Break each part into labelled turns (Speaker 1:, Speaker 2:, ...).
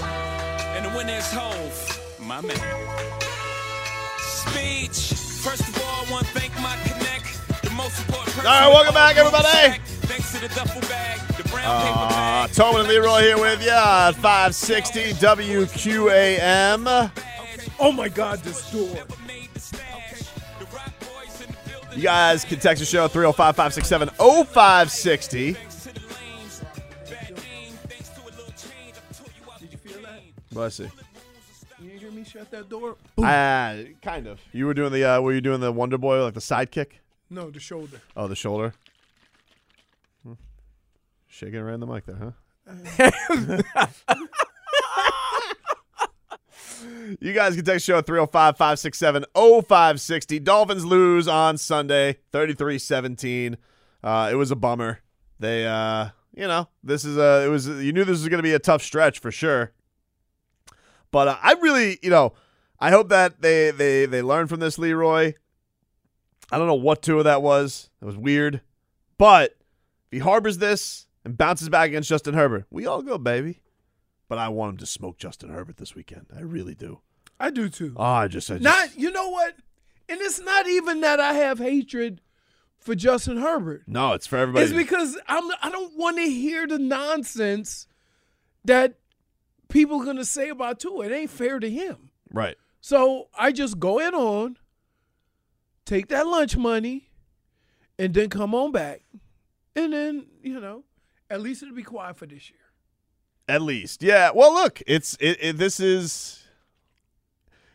Speaker 1: And the winner is Hove, my man. Speech. First of all, I want to thank my connect. The most important person.
Speaker 2: All right, welcome back,
Speaker 1: in all
Speaker 2: everybody.
Speaker 1: Wolfpack. Thanks to the duffel bag, the brown paper
Speaker 2: Uh,
Speaker 1: bag.
Speaker 2: Tobin and Leroy here with you at 560 WQAM.
Speaker 3: Oh my God, this door.
Speaker 2: You guys can text the show 305 567 0560. Bless you.
Speaker 3: You didn't hear me shut that door?
Speaker 2: Ah, kind of. You were doing the, uh, were you doing the Wonder Boy, like the sidekick?
Speaker 3: No, the shoulder.
Speaker 2: Oh, the shoulder. Hmm. Shaking around the mic there, huh? you guys can text the show at 305 567 0560. Dolphins lose on Sunday, 33 17. Uh, it was a bummer. They, uh, you know, this is a, it was, you knew this was going to be a tough stretch for sure. But uh, I really, you know, I hope that they, they, they learn from this, Leroy. I don't know what tour that was. That was weird. But if he harbors this and bounces back against Justin Herbert, we all go, baby. But I want him to smoke Justin Herbert this weekend. I really do.
Speaker 3: I do too.
Speaker 2: Oh, I just, I just
Speaker 3: Not, you know what? And it's not even that I have hatred for Justin Herbert.
Speaker 2: no, it's for everybody.
Speaker 3: It's because I'm I don't want to hear the nonsense that people gonna say about Tua. It ain't fair to him.
Speaker 2: right.
Speaker 3: So I just go in on, take that lunch money, and then come on back. And then, you know, at least it'll be quiet for this year.
Speaker 2: At least, yeah. Well, look, it's it, it. This is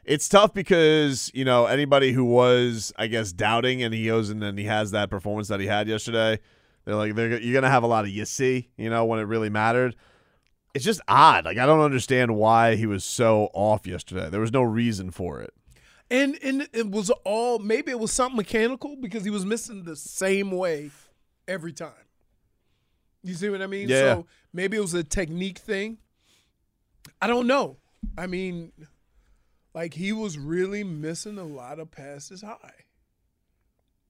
Speaker 2: it's tough because you know anybody who was, I guess, doubting, and he goes and then he has that performance that he had yesterday. They're like, they're, you're gonna have a lot of you see, you know, when it really mattered. It's just odd. Like I don't understand why he was so off yesterday. There was no reason for it.
Speaker 3: And and it was all maybe it was something mechanical because he was missing the same way every time. You see what I mean?
Speaker 2: Yeah.
Speaker 3: So maybe it was a technique thing. I don't know. I mean, like he was really missing a lot of passes high.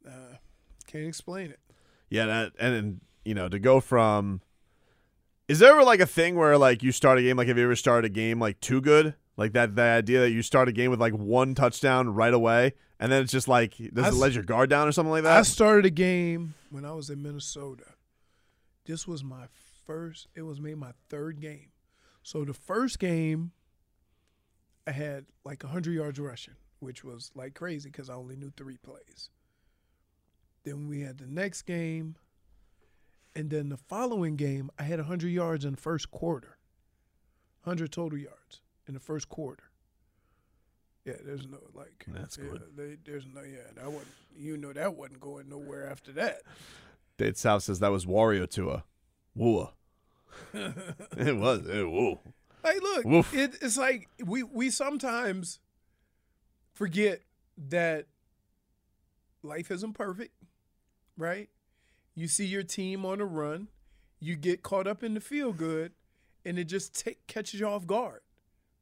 Speaker 3: Uh, can't explain it.
Speaker 2: Yeah, that, and, and you know to go from. Is there ever like a thing where like you start a game like have you ever started a game like too good like that the idea that you start a game with like one touchdown right away and then it's just like does
Speaker 3: I
Speaker 2: it
Speaker 3: s-
Speaker 2: let your guard down or something like
Speaker 3: I
Speaker 2: that?
Speaker 3: started a game when I was in Minnesota. This was my first, it was maybe my third game. So the first game, I had like 100 yards rushing, which was like crazy because I only knew three plays. Then we had the next game. And then the following game, I had 100 yards in the first quarter. 100 total yards in the first quarter. Yeah, there's no like.
Speaker 2: That's
Speaker 3: yeah,
Speaker 2: good.
Speaker 3: They, there's no yeah. That wasn't you know that wasn't going nowhere after that.
Speaker 2: Dade South says that was Wario Tua, woo. it was it, woo.
Speaker 3: Like, look,
Speaker 2: Woof.
Speaker 3: it, it's like we we sometimes forget that life isn't perfect, right? You see your team on a run, you get caught up in the feel good, and it just ta- catches you off guard,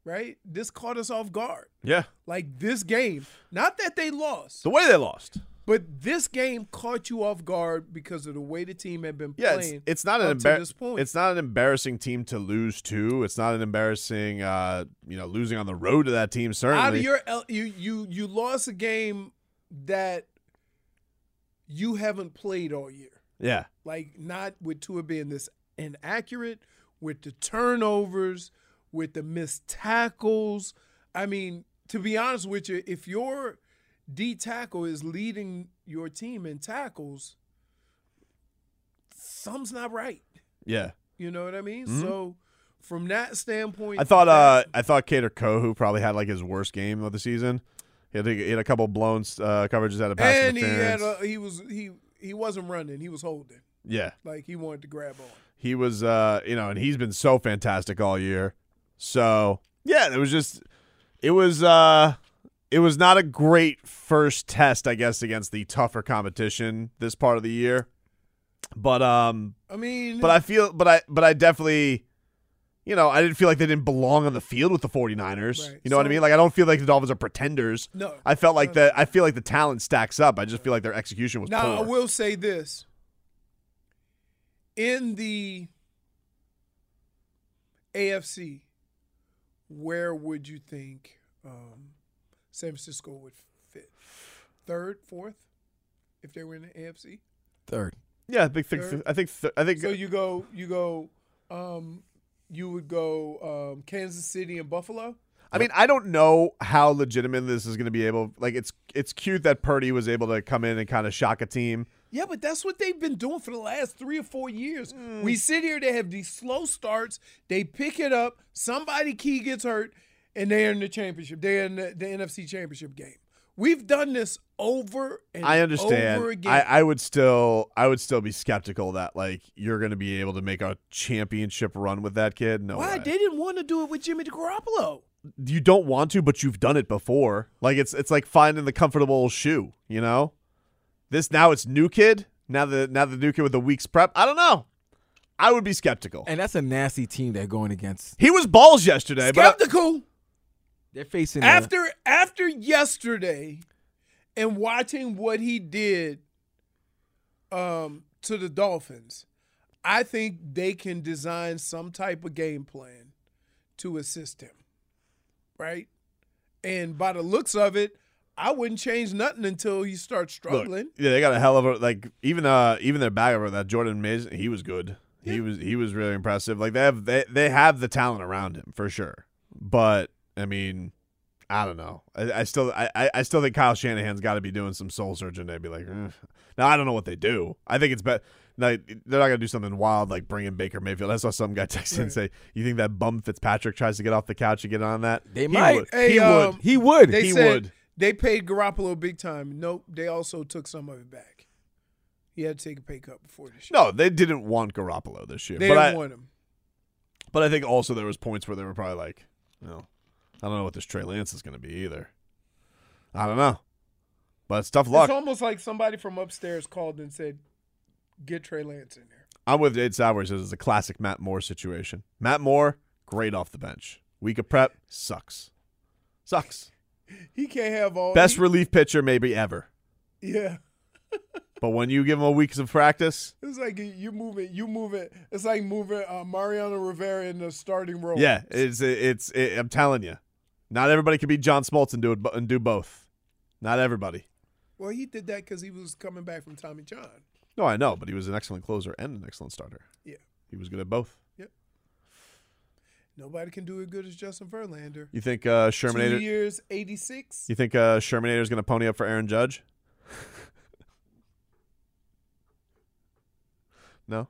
Speaker 3: right? This caught us off guard.
Speaker 2: Yeah,
Speaker 3: Like this game, not that they lost,
Speaker 2: the way they lost.
Speaker 3: but this game caught you off guard because of the way the team had been
Speaker 2: Yeah, it's,
Speaker 3: playing.
Speaker 2: it's not an
Speaker 3: up to this
Speaker 2: embarrassing.
Speaker 3: point.
Speaker 2: It's not an embarrassing team to lose to. It's not an embarrassing, uh, you know, losing on the road to that team. Certainly,
Speaker 3: out of your el- you you you lost a game that you haven't played all year.
Speaker 2: yeah.
Speaker 3: Like not with Tua being this inaccurate, with the turnovers, with the missed tackles. I mean, to be honest with you, if your D tackle is leading your team in tackles, something's not right.
Speaker 2: Yeah.
Speaker 3: You know what I mean? So from that standpoint,
Speaker 2: Mm-hmm. I thought uh
Speaker 3: that-
Speaker 2: I thought Cater Kohu probably had like his worst game of the season. He had, he had a couple blown uh, coverages out of pass
Speaker 3: and he had
Speaker 2: interference.
Speaker 3: a, he was he he wasn't running he was holding
Speaker 2: yeah,
Speaker 3: like he wanted to grab on
Speaker 2: he was uh you know, and he's been so fantastic all year. So yeah, it was just it was uh it was not a great first test, I guess, against the tougher competition this part of the year. But um
Speaker 3: I mean
Speaker 2: But I feel but I but I definitely you know, I didn't feel like they didn't belong on the field with the 49ers.
Speaker 3: Right.
Speaker 2: You know what I
Speaker 3: So-
Speaker 2: mean? Like I don't feel like the Dolphins are pretenders.
Speaker 3: No.
Speaker 2: I felt like
Speaker 3: No, no.
Speaker 2: that I feel like the talent stacks up. I just feel like their execution was
Speaker 3: now I
Speaker 2: poor.
Speaker 3: will say this in the AFC where would you think um, San Francisco would fit? Third, fourth, if they were in the AFC.
Speaker 4: Third.
Speaker 2: Yeah, I think. think
Speaker 3: Third.
Speaker 2: I think. Th- I think.
Speaker 3: So you go, you go, um, you would go um, Kansas City and Buffalo.
Speaker 2: I mean, I don't know how legitimate this is going to be able. Like, it's it's cute that Purdy was able to come in and kind of shock a team.
Speaker 3: Yeah, but that's what they've been doing for the last three or four years.
Speaker 2: Mm.
Speaker 3: We sit here, they have these slow starts, they pick it up, somebody key gets hurt, and they're in the championship. They're in the, the NFC championship game. We've done this over and
Speaker 2: I understand.
Speaker 3: over again.
Speaker 2: I, I would still I would still be skeptical that like you're going to be able to make a championship run with that kid. No,
Speaker 3: Why
Speaker 2: way.
Speaker 3: they didn't want to do it with Jimmy DeGaroppolo?
Speaker 2: you don't want to, but you've done it before. Like it's it's like finding the comfortable shoe, you know. This now it's new kid. Now the now the new kid with a week's prep. I don't know. I would be skeptical.
Speaker 4: And that's a nasty team they're going against.
Speaker 2: he was balls yesterday, but
Speaker 3: Skeptical
Speaker 4: They're facing a-
Speaker 3: after after yesterday, and watching what he did um, to the Dolphins. I think they can design some type of game plan to assist him, right? And by the looks of it, I wouldn't change nothing until he starts
Speaker 2: look,
Speaker 3: struggling.
Speaker 2: yeah, they got a hell of a like. Even uh, even their back over that Jordan Mason, he was good. He was he was really impressive. Like they have they they have the talent around him for sure. But I mean, I don't know. I, I still I, I- I still think Kyle Shanahan's got to be doing some soul searching. They'd be like, "Eh." now I don't know what they do. I think it's bet. Like they're not gonna do something wild like bringing Baker Mayfield. I saw some guy text and say, "You think that bum Fitzpatrick tries to get off the couch and get on that?
Speaker 4: They
Speaker 2: He
Speaker 4: might.
Speaker 2: would.
Speaker 3: Hey,
Speaker 2: he
Speaker 3: um,
Speaker 2: would.
Speaker 4: he would.
Speaker 3: They
Speaker 2: he
Speaker 3: said
Speaker 2: would.
Speaker 3: they paid Garoppolo big time. Nope, they also took some of it back. He had to take a pay cut before this year.
Speaker 2: No, they didn't want Garoppolo this year.
Speaker 3: they
Speaker 2: but
Speaker 3: didn't
Speaker 2: I,
Speaker 3: want him.
Speaker 2: But I think also there was points where they were probably like, you know, I don't know what this Trey Lance is going to be either. I don't know. But it's tough luck.
Speaker 3: It's almost like somebody from upstairs called and said, "Get Trey Lance in there."
Speaker 2: I'm with Dade Sauer. He says it's a classic Matt Moore situation. Matt Moore, great off the bench. Week of prep, sucks. Sucks.
Speaker 3: He can't have all
Speaker 2: Best
Speaker 3: Oh, he-
Speaker 2: relief pitcher maybe ever.
Speaker 3: yeah,
Speaker 2: But when you give him a week of practice,
Speaker 3: it's like you move it, you move it. It's like moving uh, Mariano Rivera in the starting role.
Speaker 2: yeah, it's it's it, I'm telling you, not everybody can be John Smoltz and do it, and do both. Not everybody.
Speaker 3: Well, he did that because he was coming back from Tommy John.
Speaker 2: No, I know, but he was an excellent closer and an excellent starter.
Speaker 3: Yeah.
Speaker 2: He was good at both.
Speaker 3: Nobody can do it good as Justin Verlander.
Speaker 2: You think uh,
Speaker 3: Two
Speaker 2: Shermanator?
Speaker 3: years, eighty six.
Speaker 2: You think uh, Shermanator's going to pony up for Aaron Judge? no.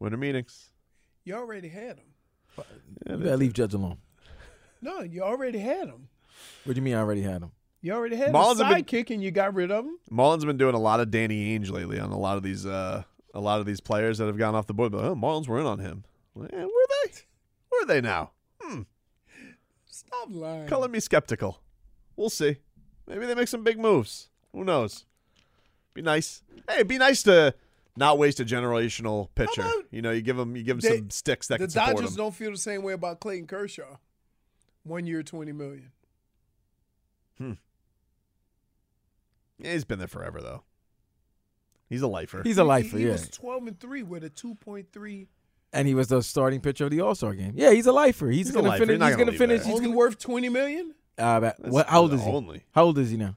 Speaker 2: Winter meetings.
Speaker 3: You already had him.
Speaker 4: You better leave Judge alone.
Speaker 3: No, you already had him.
Speaker 4: What do you mean I already had him?
Speaker 3: You already had
Speaker 2: Mullins
Speaker 3: a
Speaker 2: have been-
Speaker 3: sidekick, and you got rid of him.
Speaker 2: Marlon's been doing a lot of Danny Ainge lately on a lot of these uh, a lot of these players that have gone off the board. But oh, Marlins were in on him. Well, eh, were they? Were they now?
Speaker 3: Stop lying.
Speaker 2: Color me skeptical. We'll see. Maybe they make some big moves. Who knows? Be nice. Hey, it'd be nice to not waste a generational pitcher.
Speaker 3: about-
Speaker 2: You know, you give them you give 'em
Speaker 3: They-
Speaker 2: some sticks that
Speaker 3: the
Speaker 2: can support
Speaker 3: Dodgers
Speaker 2: them.
Speaker 3: don't feel the same way about Clayton Kershaw. One year, twenty million.
Speaker 2: Yeah, he's been there forever though. He's a lifer.
Speaker 4: He's a
Speaker 3: He-
Speaker 4: lifer,
Speaker 3: He,
Speaker 4: yeah.
Speaker 3: was twelve and three with a two point three.
Speaker 4: and he was the starting pitcher of the All Star game. Yeah, he's a lifer. He's,
Speaker 2: He's a
Speaker 4: gonna
Speaker 2: lifer. You're
Speaker 4: finish.
Speaker 2: not
Speaker 4: He's
Speaker 2: gonna
Speaker 4: gonna
Speaker 2: leave
Speaker 4: finish.
Speaker 2: that.
Speaker 4: He's
Speaker 3: Only
Speaker 4: gonna.
Speaker 3: worth twenty million.
Speaker 4: Uh, but
Speaker 2: That's
Speaker 4: what? How old
Speaker 2: the
Speaker 4: is he?
Speaker 2: Only.
Speaker 4: How old is he now?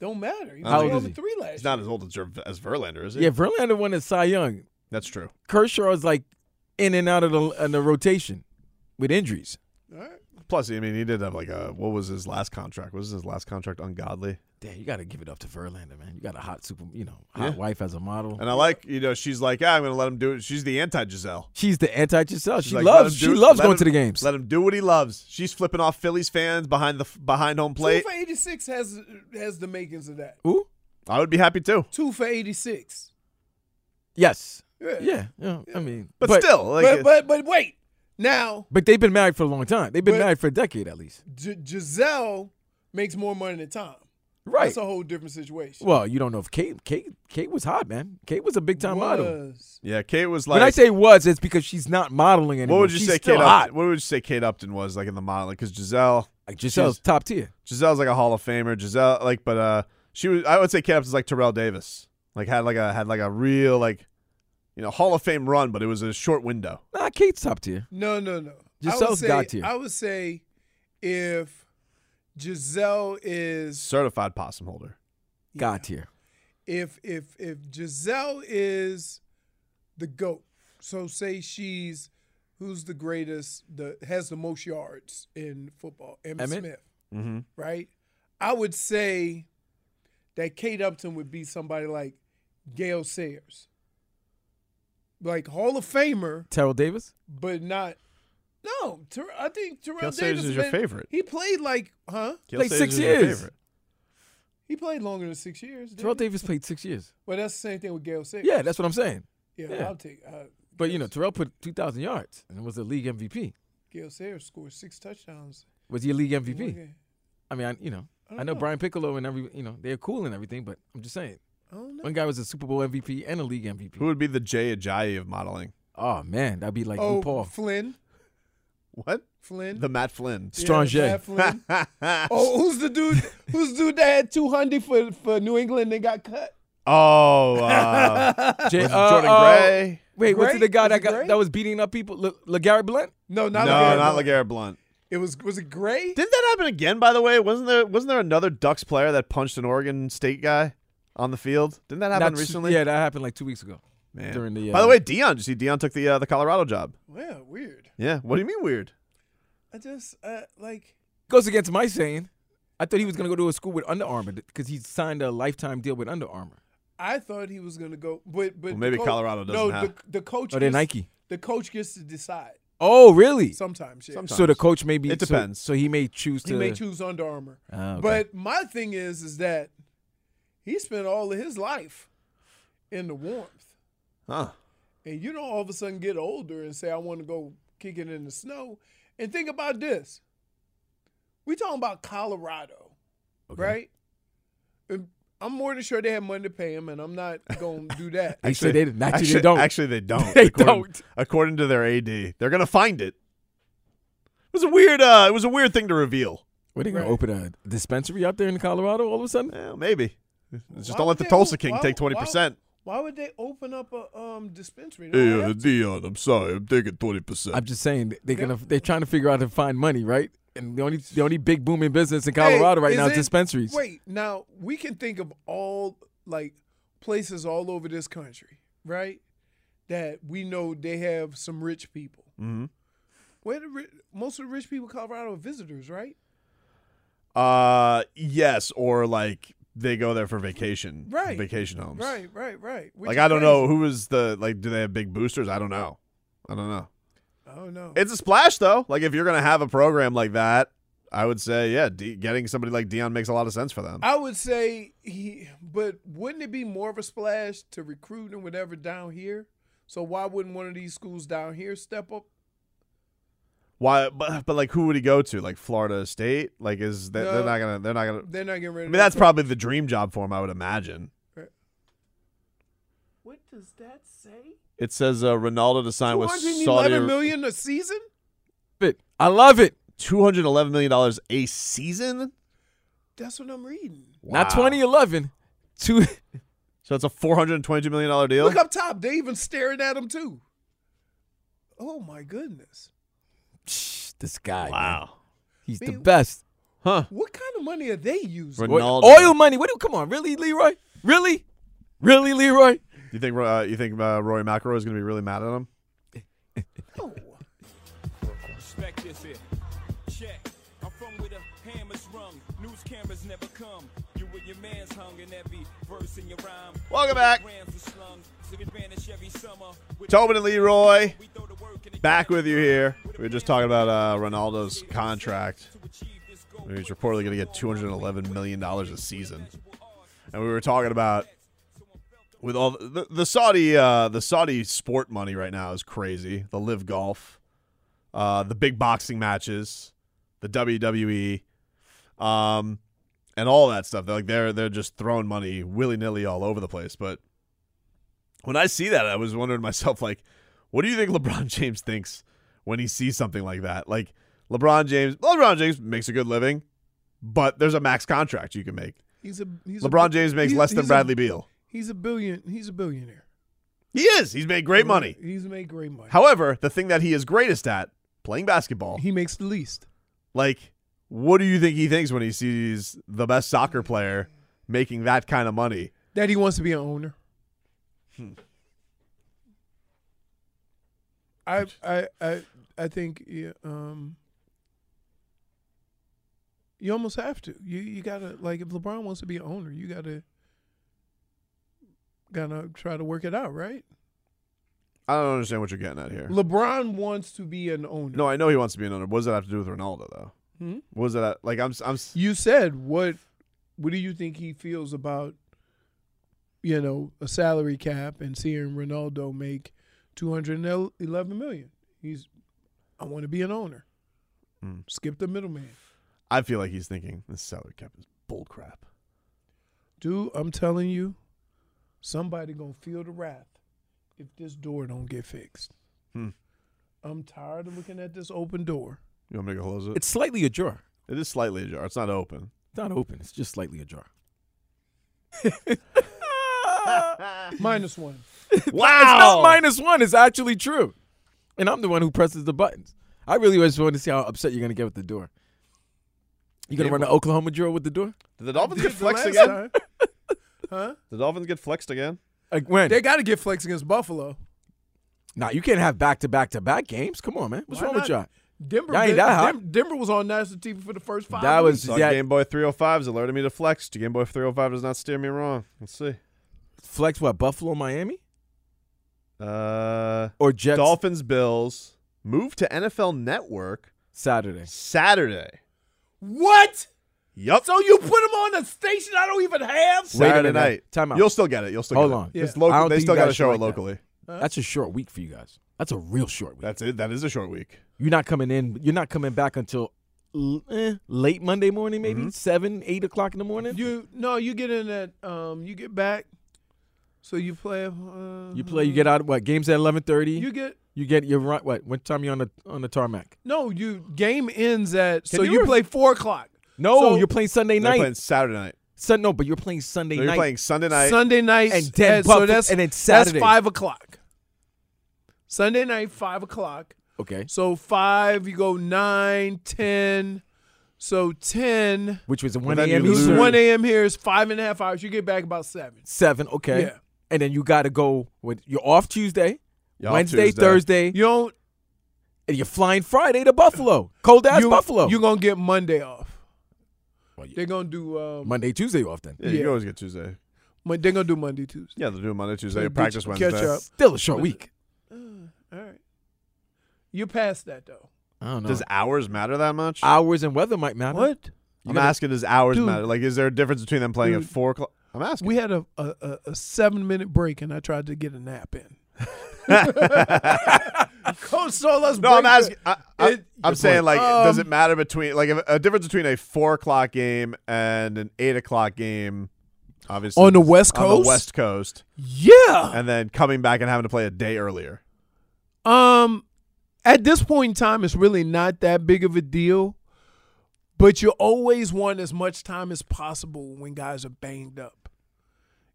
Speaker 3: Don't matter. He
Speaker 2: Not
Speaker 4: How
Speaker 3: was
Speaker 4: old
Speaker 3: twelve
Speaker 4: is
Speaker 3: and three last.
Speaker 2: He's not as old as, Ver- as Verlander, is he?
Speaker 4: Yeah, Verlander won a Cy Young.
Speaker 2: that's true.
Speaker 4: Kershaw is like in and out of the, in the rotation with injuries.
Speaker 3: year. All right.
Speaker 2: Plus, I mean, he did have like a what was his last contract? Was his last contract ungodly?
Speaker 4: Damn, you got to give it up to Verlander, man. You got a hot super, you know, hot
Speaker 2: Yeah.
Speaker 4: wife as a model.
Speaker 3: Oh,
Speaker 2: And I like, you know, she's like, ah, I'm gonna let him do it. She's the anti Giselle.
Speaker 4: She's the anti Giselle.
Speaker 2: She's
Speaker 4: She
Speaker 2: like, let
Speaker 4: loves.
Speaker 2: him
Speaker 4: She
Speaker 2: do-
Speaker 4: loves
Speaker 2: let
Speaker 4: going
Speaker 2: him-
Speaker 4: to the games.
Speaker 2: Let him do what he loves. She's flipping off Phillies fans behind the behind home plate.
Speaker 3: Two for eighty six has has the makings of that.
Speaker 4: Who?
Speaker 2: I would be happy too.
Speaker 3: Two for eighty six.
Speaker 4: Yes.
Speaker 3: Yeah.
Speaker 4: Yeah. yeah, I mean,
Speaker 2: But, still, like,
Speaker 3: but but but wait. Now
Speaker 4: but they've been married for a long time. They've been
Speaker 3: But-
Speaker 4: married for a decade at least.
Speaker 3: G- Giselle makes more money than Tom.
Speaker 4: Right.
Speaker 3: That's a whole different situation.
Speaker 4: Well, you don't know if Kate Kate Kate was hot, man. Kate was a big time model.
Speaker 3: Was.
Speaker 2: yeah, Kate was like.
Speaker 4: When I say was, it's because she's not modeling anymore.
Speaker 2: what would you
Speaker 4: she's
Speaker 2: say,
Speaker 4: still
Speaker 2: Kate?
Speaker 4: hot.
Speaker 2: Upton, what would you say Kate Upton was like in the modeling? Because Giselle,
Speaker 4: Like Giselle's
Speaker 2: She's-
Speaker 4: top tier.
Speaker 2: Giselle's like a Hall of Famer. Giselle, like, but uh, she was. I would say Kate Upton's like Terrell Davis. Like had like a had like a real like, you know, Hall of Fame run, but it was a short window.
Speaker 4: Nah, Kate's top tier.
Speaker 3: No, no, no. I would
Speaker 4: Giselle's
Speaker 3: say,
Speaker 4: got tier.
Speaker 3: I would say if Giselle is
Speaker 2: Certified possum holder.
Speaker 4: God tier.
Speaker 3: if if if Giselle is the goat, so say she's who's the greatest, the has the most yards in football, Emmitt,
Speaker 4: Emmitt?
Speaker 3: Smith,
Speaker 2: Mm-hmm.
Speaker 3: right? I would say that Kate Upton would be somebody like Gail Sayers, like Hall of Famer,
Speaker 4: Terrell Davis.
Speaker 3: but not. No, Ter- I think Terrell
Speaker 2: Gail
Speaker 3: Davis
Speaker 2: Sayers is your
Speaker 3: been-
Speaker 2: favorite.
Speaker 3: He played like, huh?
Speaker 2: Gail
Speaker 4: Like
Speaker 2: Sayers
Speaker 4: six
Speaker 2: is your
Speaker 4: years.
Speaker 2: favorite.
Speaker 3: He played longer than six years. didn't
Speaker 4: Terrell
Speaker 3: he?
Speaker 4: Davis played six years.
Speaker 3: Well, that's the same thing with Gail Sayers.
Speaker 4: Yeah, that's what I'm saying.
Speaker 3: yeah.
Speaker 4: yeah.
Speaker 3: I'll take. Uh,
Speaker 4: But you
Speaker 3: Gail
Speaker 4: know, Terrell put 2,000 yards and was a league MVP.
Speaker 3: Gail Sayers scored six touchdowns.
Speaker 4: Was he a league
Speaker 3: in one
Speaker 4: MVP?
Speaker 3: game.
Speaker 4: I mean, I, you know, I,
Speaker 3: don't
Speaker 4: know,
Speaker 3: know.
Speaker 4: Brian Piccolo and every, you know, they're cool and everything, but I'm just saying,
Speaker 3: I don't know.
Speaker 4: one guy was a Super Bowl MVP and a league MVP.
Speaker 2: Who would be the Jay Ajayi of modeling?
Speaker 4: Oh man, that'd be like
Speaker 3: oh,
Speaker 4: RuPaul.
Speaker 3: Flynn.
Speaker 2: What?
Speaker 3: Flynn.
Speaker 2: The Matt Flynn.
Speaker 3: Yeah,
Speaker 4: Strange.
Speaker 3: Pat Flynn. oh, who's the dude? Who's the dude that had two hundred for for New England and got cut?
Speaker 2: Oh, uh,
Speaker 4: J-
Speaker 2: was it
Speaker 4: uh,
Speaker 2: Jordan
Speaker 4: uh,
Speaker 2: Gray.
Speaker 4: Wait, what's
Speaker 3: Gray?
Speaker 4: the guy
Speaker 3: Was
Speaker 4: that
Speaker 3: it
Speaker 4: got
Speaker 3: Gray?
Speaker 4: that was beating up people? Le- LeGarrette Blunt?
Speaker 3: No,
Speaker 2: No,
Speaker 3: not LeGarrette
Speaker 2: not
Speaker 3: Blount.
Speaker 2: Legarrette Blunt.
Speaker 3: It was was it Gray?
Speaker 2: Didn't that happen again? By the way, wasn't there wasn't there another Ducks player that punched an Oregon State guy on the field? Didn't that happen
Speaker 4: Not too-
Speaker 2: recently?
Speaker 4: Yeah, that happened like two weeks ago.
Speaker 2: Man.
Speaker 4: during the,
Speaker 2: By the
Speaker 4: uh,
Speaker 2: way, Dion, did you see Dion took the uh, the Colorado job?
Speaker 3: Well, weird.
Speaker 2: Yeah. What do you mean weird?
Speaker 3: I just uh, like
Speaker 4: Goes against my saying. I thought he was gonna go to a school with Under Armour because he signed a lifetime deal with Under Armour.
Speaker 3: I thought he was gonna go, but but
Speaker 2: Well,
Speaker 3: the
Speaker 2: maybe
Speaker 3: coach-
Speaker 2: Colorado doesn't
Speaker 3: No,
Speaker 2: have-
Speaker 3: the, the coach.
Speaker 4: Oh, they're
Speaker 3: gets-
Speaker 4: Nike.
Speaker 3: The coach gets to decide
Speaker 4: Oh, really?
Speaker 3: sometimes. Yeah.
Speaker 2: Sometimes.
Speaker 4: So the coach may be.
Speaker 2: It
Speaker 4: so-
Speaker 2: depends.
Speaker 4: So, he may choose to.
Speaker 3: He may choose Under Armour.
Speaker 4: Ah, okay.
Speaker 3: But my thing is, is that he spent all of his life in the warmth,
Speaker 2: Huh.
Speaker 3: and you don't all of a sudden get older and say, "I want to go kick it in the snow." And think about this: we talking about Colorado,
Speaker 4: Okay.
Speaker 3: right? And I'm more than sure they have money to pay him, and I'm not going to do that.
Speaker 4: They say they actually,
Speaker 2: actually,
Speaker 4: they don't.
Speaker 2: Actually, they don't.
Speaker 4: They
Speaker 2: according,
Speaker 4: don't.
Speaker 2: According to their AD, they're gonna find it. It was a weird. Uh, it was a weird thing to reveal.
Speaker 4: What, they gonna
Speaker 3: Right.
Speaker 4: open a dispensary out there in Colorado all of a sudden?
Speaker 2: Well, maybe. Just
Speaker 3: Why
Speaker 2: don't
Speaker 3: would
Speaker 2: let the
Speaker 3: they
Speaker 2: Tulsa
Speaker 3: open-
Speaker 2: King
Speaker 3: why-
Speaker 2: take twenty percent.
Speaker 3: Why would they open up a um dispensary? They don't
Speaker 2: Yeah,
Speaker 3: have to.
Speaker 2: Dion, I'm sorry, I'm taking twenty percent.
Speaker 4: I'm just saying they- they're gonna they're trying to figure out how to find money, right? And the only the only big booming business in
Speaker 3: Hey,
Speaker 4: Colorado right now
Speaker 3: is
Speaker 4: is
Speaker 3: it-
Speaker 4: dispensaries.
Speaker 3: Wait, now we can think of all like places all over this country, right? That we know they have some rich people.
Speaker 2: Mm-hmm.
Speaker 3: Where the ri- most of the rich people in Colorado are visitors, right?
Speaker 2: Uh, yes, or like they go there for vacation,
Speaker 3: Right.
Speaker 2: Vacation homes,
Speaker 3: Right, right, right. Which
Speaker 2: Like
Speaker 3: is
Speaker 2: I don't
Speaker 3: crazy.
Speaker 2: know who was the like. Do they have big boosters? I don't know. I don't know.
Speaker 3: I don't know.
Speaker 2: It's a splash though. Like if you're gonna have a program like that, I would say yeah, D- getting somebody like Dion makes a lot of sense for them.
Speaker 3: I would say he, but wouldn't it be more of a splash to recruit and whatever down here? So why wouldn't one of these schools down here step up?
Speaker 2: Why? But, but like who would he go to? Like Florida State? Like is that they're
Speaker 3: No.
Speaker 2: not gonna they're not gonna.
Speaker 3: They're not getting
Speaker 2: I
Speaker 3: ready.
Speaker 2: mean that's probably the dream job for him. I would imagine.
Speaker 3: what does that say?
Speaker 2: It says uh, Ronaldo to sign
Speaker 3: Two
Speaker 2: with
Speaker 3: hundred
Speaker 2: Saudi.
Speaker 3: eleven million a season.
Speaker 4: Love it. I love it.
Speaker 2: Two hundred eleven million dollars a season.
Speaker 3: That's what I'm reading.
Speaker 4: Not
Speaker 2: Wow.
Speaker 4: 2011. Two.
Speaker 2: So it's a four hundred twenty-two million dollar deal.
Speaker 3: Look up top. They even staring at him too. Oh my goodness!
Speaker 4: Shh, this guy. man.
Speaker 2: Wow.
Speaker 4: He's the
Speaker 3: Man.
Speaker 4: best.
Speaker 2: Huh.
Speaker 3: What kind of money are they using?
Speaker 2: Ren-
Speaker 4: What-
Speaker 2: Ronaldo.
Speaker 4: Oil money. What do? Come on, really, Leroy? Really, really, Leroy?
Speaker 2: You think uh, you think uh, Rory McIlroy is going to be really mad at him?
Speaker 3: No.
Speaker 1: Respect this here. Check. I'm from where the hammers rung. News cameras never come. You and your man's hung in every verse in your rhyme.
Speaker 2: Welcome back.
Speaker 1: Grams were slung. Took advantage every summer. With-
Speaker 2: Tobin and Leroy
Speaker 1: we throw the work in the-
Speaker 2: back with you here. We were just talking about uh, Ronaldo's contract.
Speaker 1: To achieve this goal.
Speaker 2: He's reportedly going to get two hundred eleven million dollars a season, and we were talking about with all the, the, Saudi uh, the Saudi sport money right now is crazy. The live golf, uh, the big boxing matches, the WWE, um, and all that stuff. They're like they're they're just throwing money willy nilly all over the place. But when I see that, I was wondering to myself like, what do you think LeBron James thinks when he sees something like that? Like LeBron James, LeBron James makes a good living, but there's a max contract you can make.
Speaker 3: He's a he's a,
Speaker 2: LeBron James makes
Speaker 3: he's-
Speaker 2: less than
Speaker 3: he's a-
Speaker 2: Bradley Beal.
Speaker 3: He's a billion. He's a billionaire.
Speaker 2: He is. He's made great money.
Speaker 3: He's made great money.
Speaker 2: However, the thing that he is greatest at playing basketball.
Speaker 3: He makes the least.
Speaker 2: Like, what do you think he thinks when he sees the best soccer player making that kind of money?
Speaker 3: That he wants to be an owner. I I I I think yeah, um, you almost have to. You you gotta like if LeBron wants to be an owner, you gotta gotta try to work it out, right?
Speaker 2: I don't understand what you're getting at here.
Speaker 3: LeBron wants to be an owner.
Speaker 2: No, I know he wants to be an owner. What does that have to do with Ronaldo though?
Speaker 3: Hmm?
Speaker 2: What does that like? I'm s- I'm s-
Speaker 3: You said what? What do you think he feels about, you know, a salary cap and seeing Ronaldo make two hundred and eleven million? He's, I want to be an owner.
Speaker 2: Hmm.
Speaker 3: Skip the middleman,
Speaker 2: I feel like he's thinking this salary cap is bull crap.
Speaker 3: dude. I'm telling you, somebody gonna feel the wrath if this door don't get fixed.
Speaker 2: Hmm.
Speaker 3: I'm tired of looking at this open door.
Speaker 2: You want me to close it?
Speaker 4: It's slightly ajar.
Speaker 2: it is slightly ajar. It's not open.
Speaker 4: It's not open. It's just slightly ajar.
Speaker 3: Minus one.
Speaker 4: It's
Speaker 2: Oh.
Speaker 4: not minus one. It's actually true. And I'm the one who presses the buttons. I really just wanted to see how upset you're going to get with the door. You going to
Speaker 2: Yeah,
Speaker 4: run an Oklahoma drill with the door?
Speaker 2: Did the Dolphins get
Speaker 3: The
Speaker 2: flexed
Speaker 3: last
Speaker 2: again?
Speaker 3: time- huh?
Speaker 2: The Dolphins get flexed again.
Speaker 4: Like when?
Speaker 3: They got to get flexed against Buffalo.
Speaker 4: nah, you can't have back to back to back games. Come on, man. What's
Speaker 3: Why
Speaker 4: wrong
Speaker 3: not?
Speaker 4: with y'all?
Speaker 3: Denver,
Speaker 4: Y'all ain't
Speaker 3: been-
Speaker 4: that hot.
Speaker 3: Dem- Denver was on national TV for the first five.
Speaker 4: That was
Speaker 3: weeks.
Speaker 2: Saw
Speaker 4: Yeah.
Speaker 2: Game Boy 305s alerted me to flex. The Game Boy 305 does not steer me wrong. Let's see.
Speaker 4: Flex what? Buffalo, Miami?
Speaker 2: Uh,
Speaker 4: Or Jets
Speaker 2: Dolphins Bills move to NFL Network
Speaker 4: Saturday?
Speaker 2: Saturday.
Speaker 3: what?
Speaker 2: Yup.
Speaker 3: So you put them on a station I don't even have?
Speaker 4: Wait a
Speaker 2: Saturday
Speaker 4: minute.
Speaker 2: night.
Speaker 4: Time out.
Speaker 2: You'll still get it. You'll still
Speaker 4: Hold
Speaker 2: get
Speaker 4: on.
Speaker 2: It. It's
Speaker 4: Yeah. I
Speaker 2: local.
Speaker 4: don't
Speaker 2: They
Speaker 4: think
Speaker 2: still
Speaker 4: you
Speaker 2: got to
Speaker 4: guys
Speaker 2: show it
Speaker 4: should like that.
Speaker 2: locally.
Speaker 4: That's a short week for you guys. That's a real short week.
Speaker 2: That's it. That is a short week.
Speaker 4: You're not coming in. You're not coming back until l- eh, late Monday morning, maybe seven, eight o'clock in the morning.
Speaker 3: You no, you get in that. Um, you get back. So you play. Uh,
Speaker 4: You play. You get out. What games at eleven thirty?
Speaker 3: You
Speaker 4: You,
Speaker 3: get
Speaker 4: get your run. What? What time you on the on the tarmac?
Speaker 3: no. You game ends at. so
Speaker 4: you
Speaker 3: you
Speaker 4: re-
Speaker 3: play four o'clock.
Speaker 4: No,
Speaker 3: So-
Speaker 4: you're playing Sunday
Speaker 2: They're
Speaker 4: night.
Speaker 2: playing Saturday night.
Speaker 4: Sun, no, but you're playing Sunday
Speaker 2: No, you're
Speaker 4: night.
Speaker 2: playing Sunday night.
Speaker 3: Sunday night
Speaker 4: And then
Speaker 3: and
Speaker 4: Buffalo-
Speaker 3: so that's
Speaker 4: and then Saturday.
Speaker 3: That's five o'clock. Sunday night five o'clock.
Speaker 4: okay,
Speaker 3: So five, you go nine, ten. So ten.
Speaker 4: which was a one
Speaker 2: then you
Speaker 4: a.m.
Speaker 2: lose.
Speaker 3: It's
Speaker 4: Eastern.
Speaker 3: 1 a.m. here. It's five and a half hours. You get back about seven.
Speaker 4: seven. Okay,
Speaker 3: Yeah.
Speaker 4: and then you got to go. When you're off Tuesday,
Speaker 2: Y'all
Speaker 4: Wednesday,
Speaker 2: Tuesday.
Speaker 4: Thursday,
Speaker 3: You don't.
Speaker 4: and you're flying Friday to Buffalo. Cold ass
Speaker 3: you,
Speaker 4: Buffalo.
Speaker 3: You're gonna get Monday off.
Speaker 4: Well, you-
Speaker 3: They're gonna do. Um,
Speaker 4: Monday, Tuesday off then.
Speaker 2: Yeah, you
Speaker 3: Yeah.
Speaker 2: always get Tuesday.
Speaker 3: Mon- they're gonna do Monday, Tuesday.
Speaker 2: Yeah, they'll do Monday, Tuesday.
Speaker 3: Play
Speaker 2: practice
Speaker 3: beach-
Speaker 2: Wednesday.
Speaker 3: Catch up.
Speaker 4: Still a short week.
Speaker 3: All right. You're past that though.
Speaker 4: I don't know.
Speaker 2: Does hours matter that much?
Speaker 4: hours and weather might matter.
Speaker 2: I'm
Speaker 4: gonna-
Speaker 2: asking, does hours
Speaker 3: Dude.
Speaker 2: matter? Like, is there a difference between them playing at
Speaker 3: Dude.
Speaker 2: four o'clock? I'm asking.
Speaker 3: We had a, a, a, a seven minute break, and I tried to get a nap in. Coach told us.
Speaker 2: no, I'm
Speaker 3: break
Speaker 2: asking.
Speaker 3: the-
Speaker 2: I, I,
Speaker 3: It-
Speaker 2: I'm
Speaker 3: Good
Speaker 2: saying,
Speaker 3: point.
Speaker 2: like, does it
Speaker 3: Um,
Speaker 2: matter between, like, if- a difference between a four o'clock game and an eight o'clock game, obviously.
Speaker 3: On the
Speaker 2: is-
Speaker 3: West
Speaker 2: On the
Speaker 3: Coast?
Speaker 2: West Coast.
Speaker 3: Yeah.
Speaker 2: And then coming back and having to play a day earlier.
Speaker 3: Um, at this point in time, it's really not that big of a deal. But you always want as much time as possible when guys are banged up.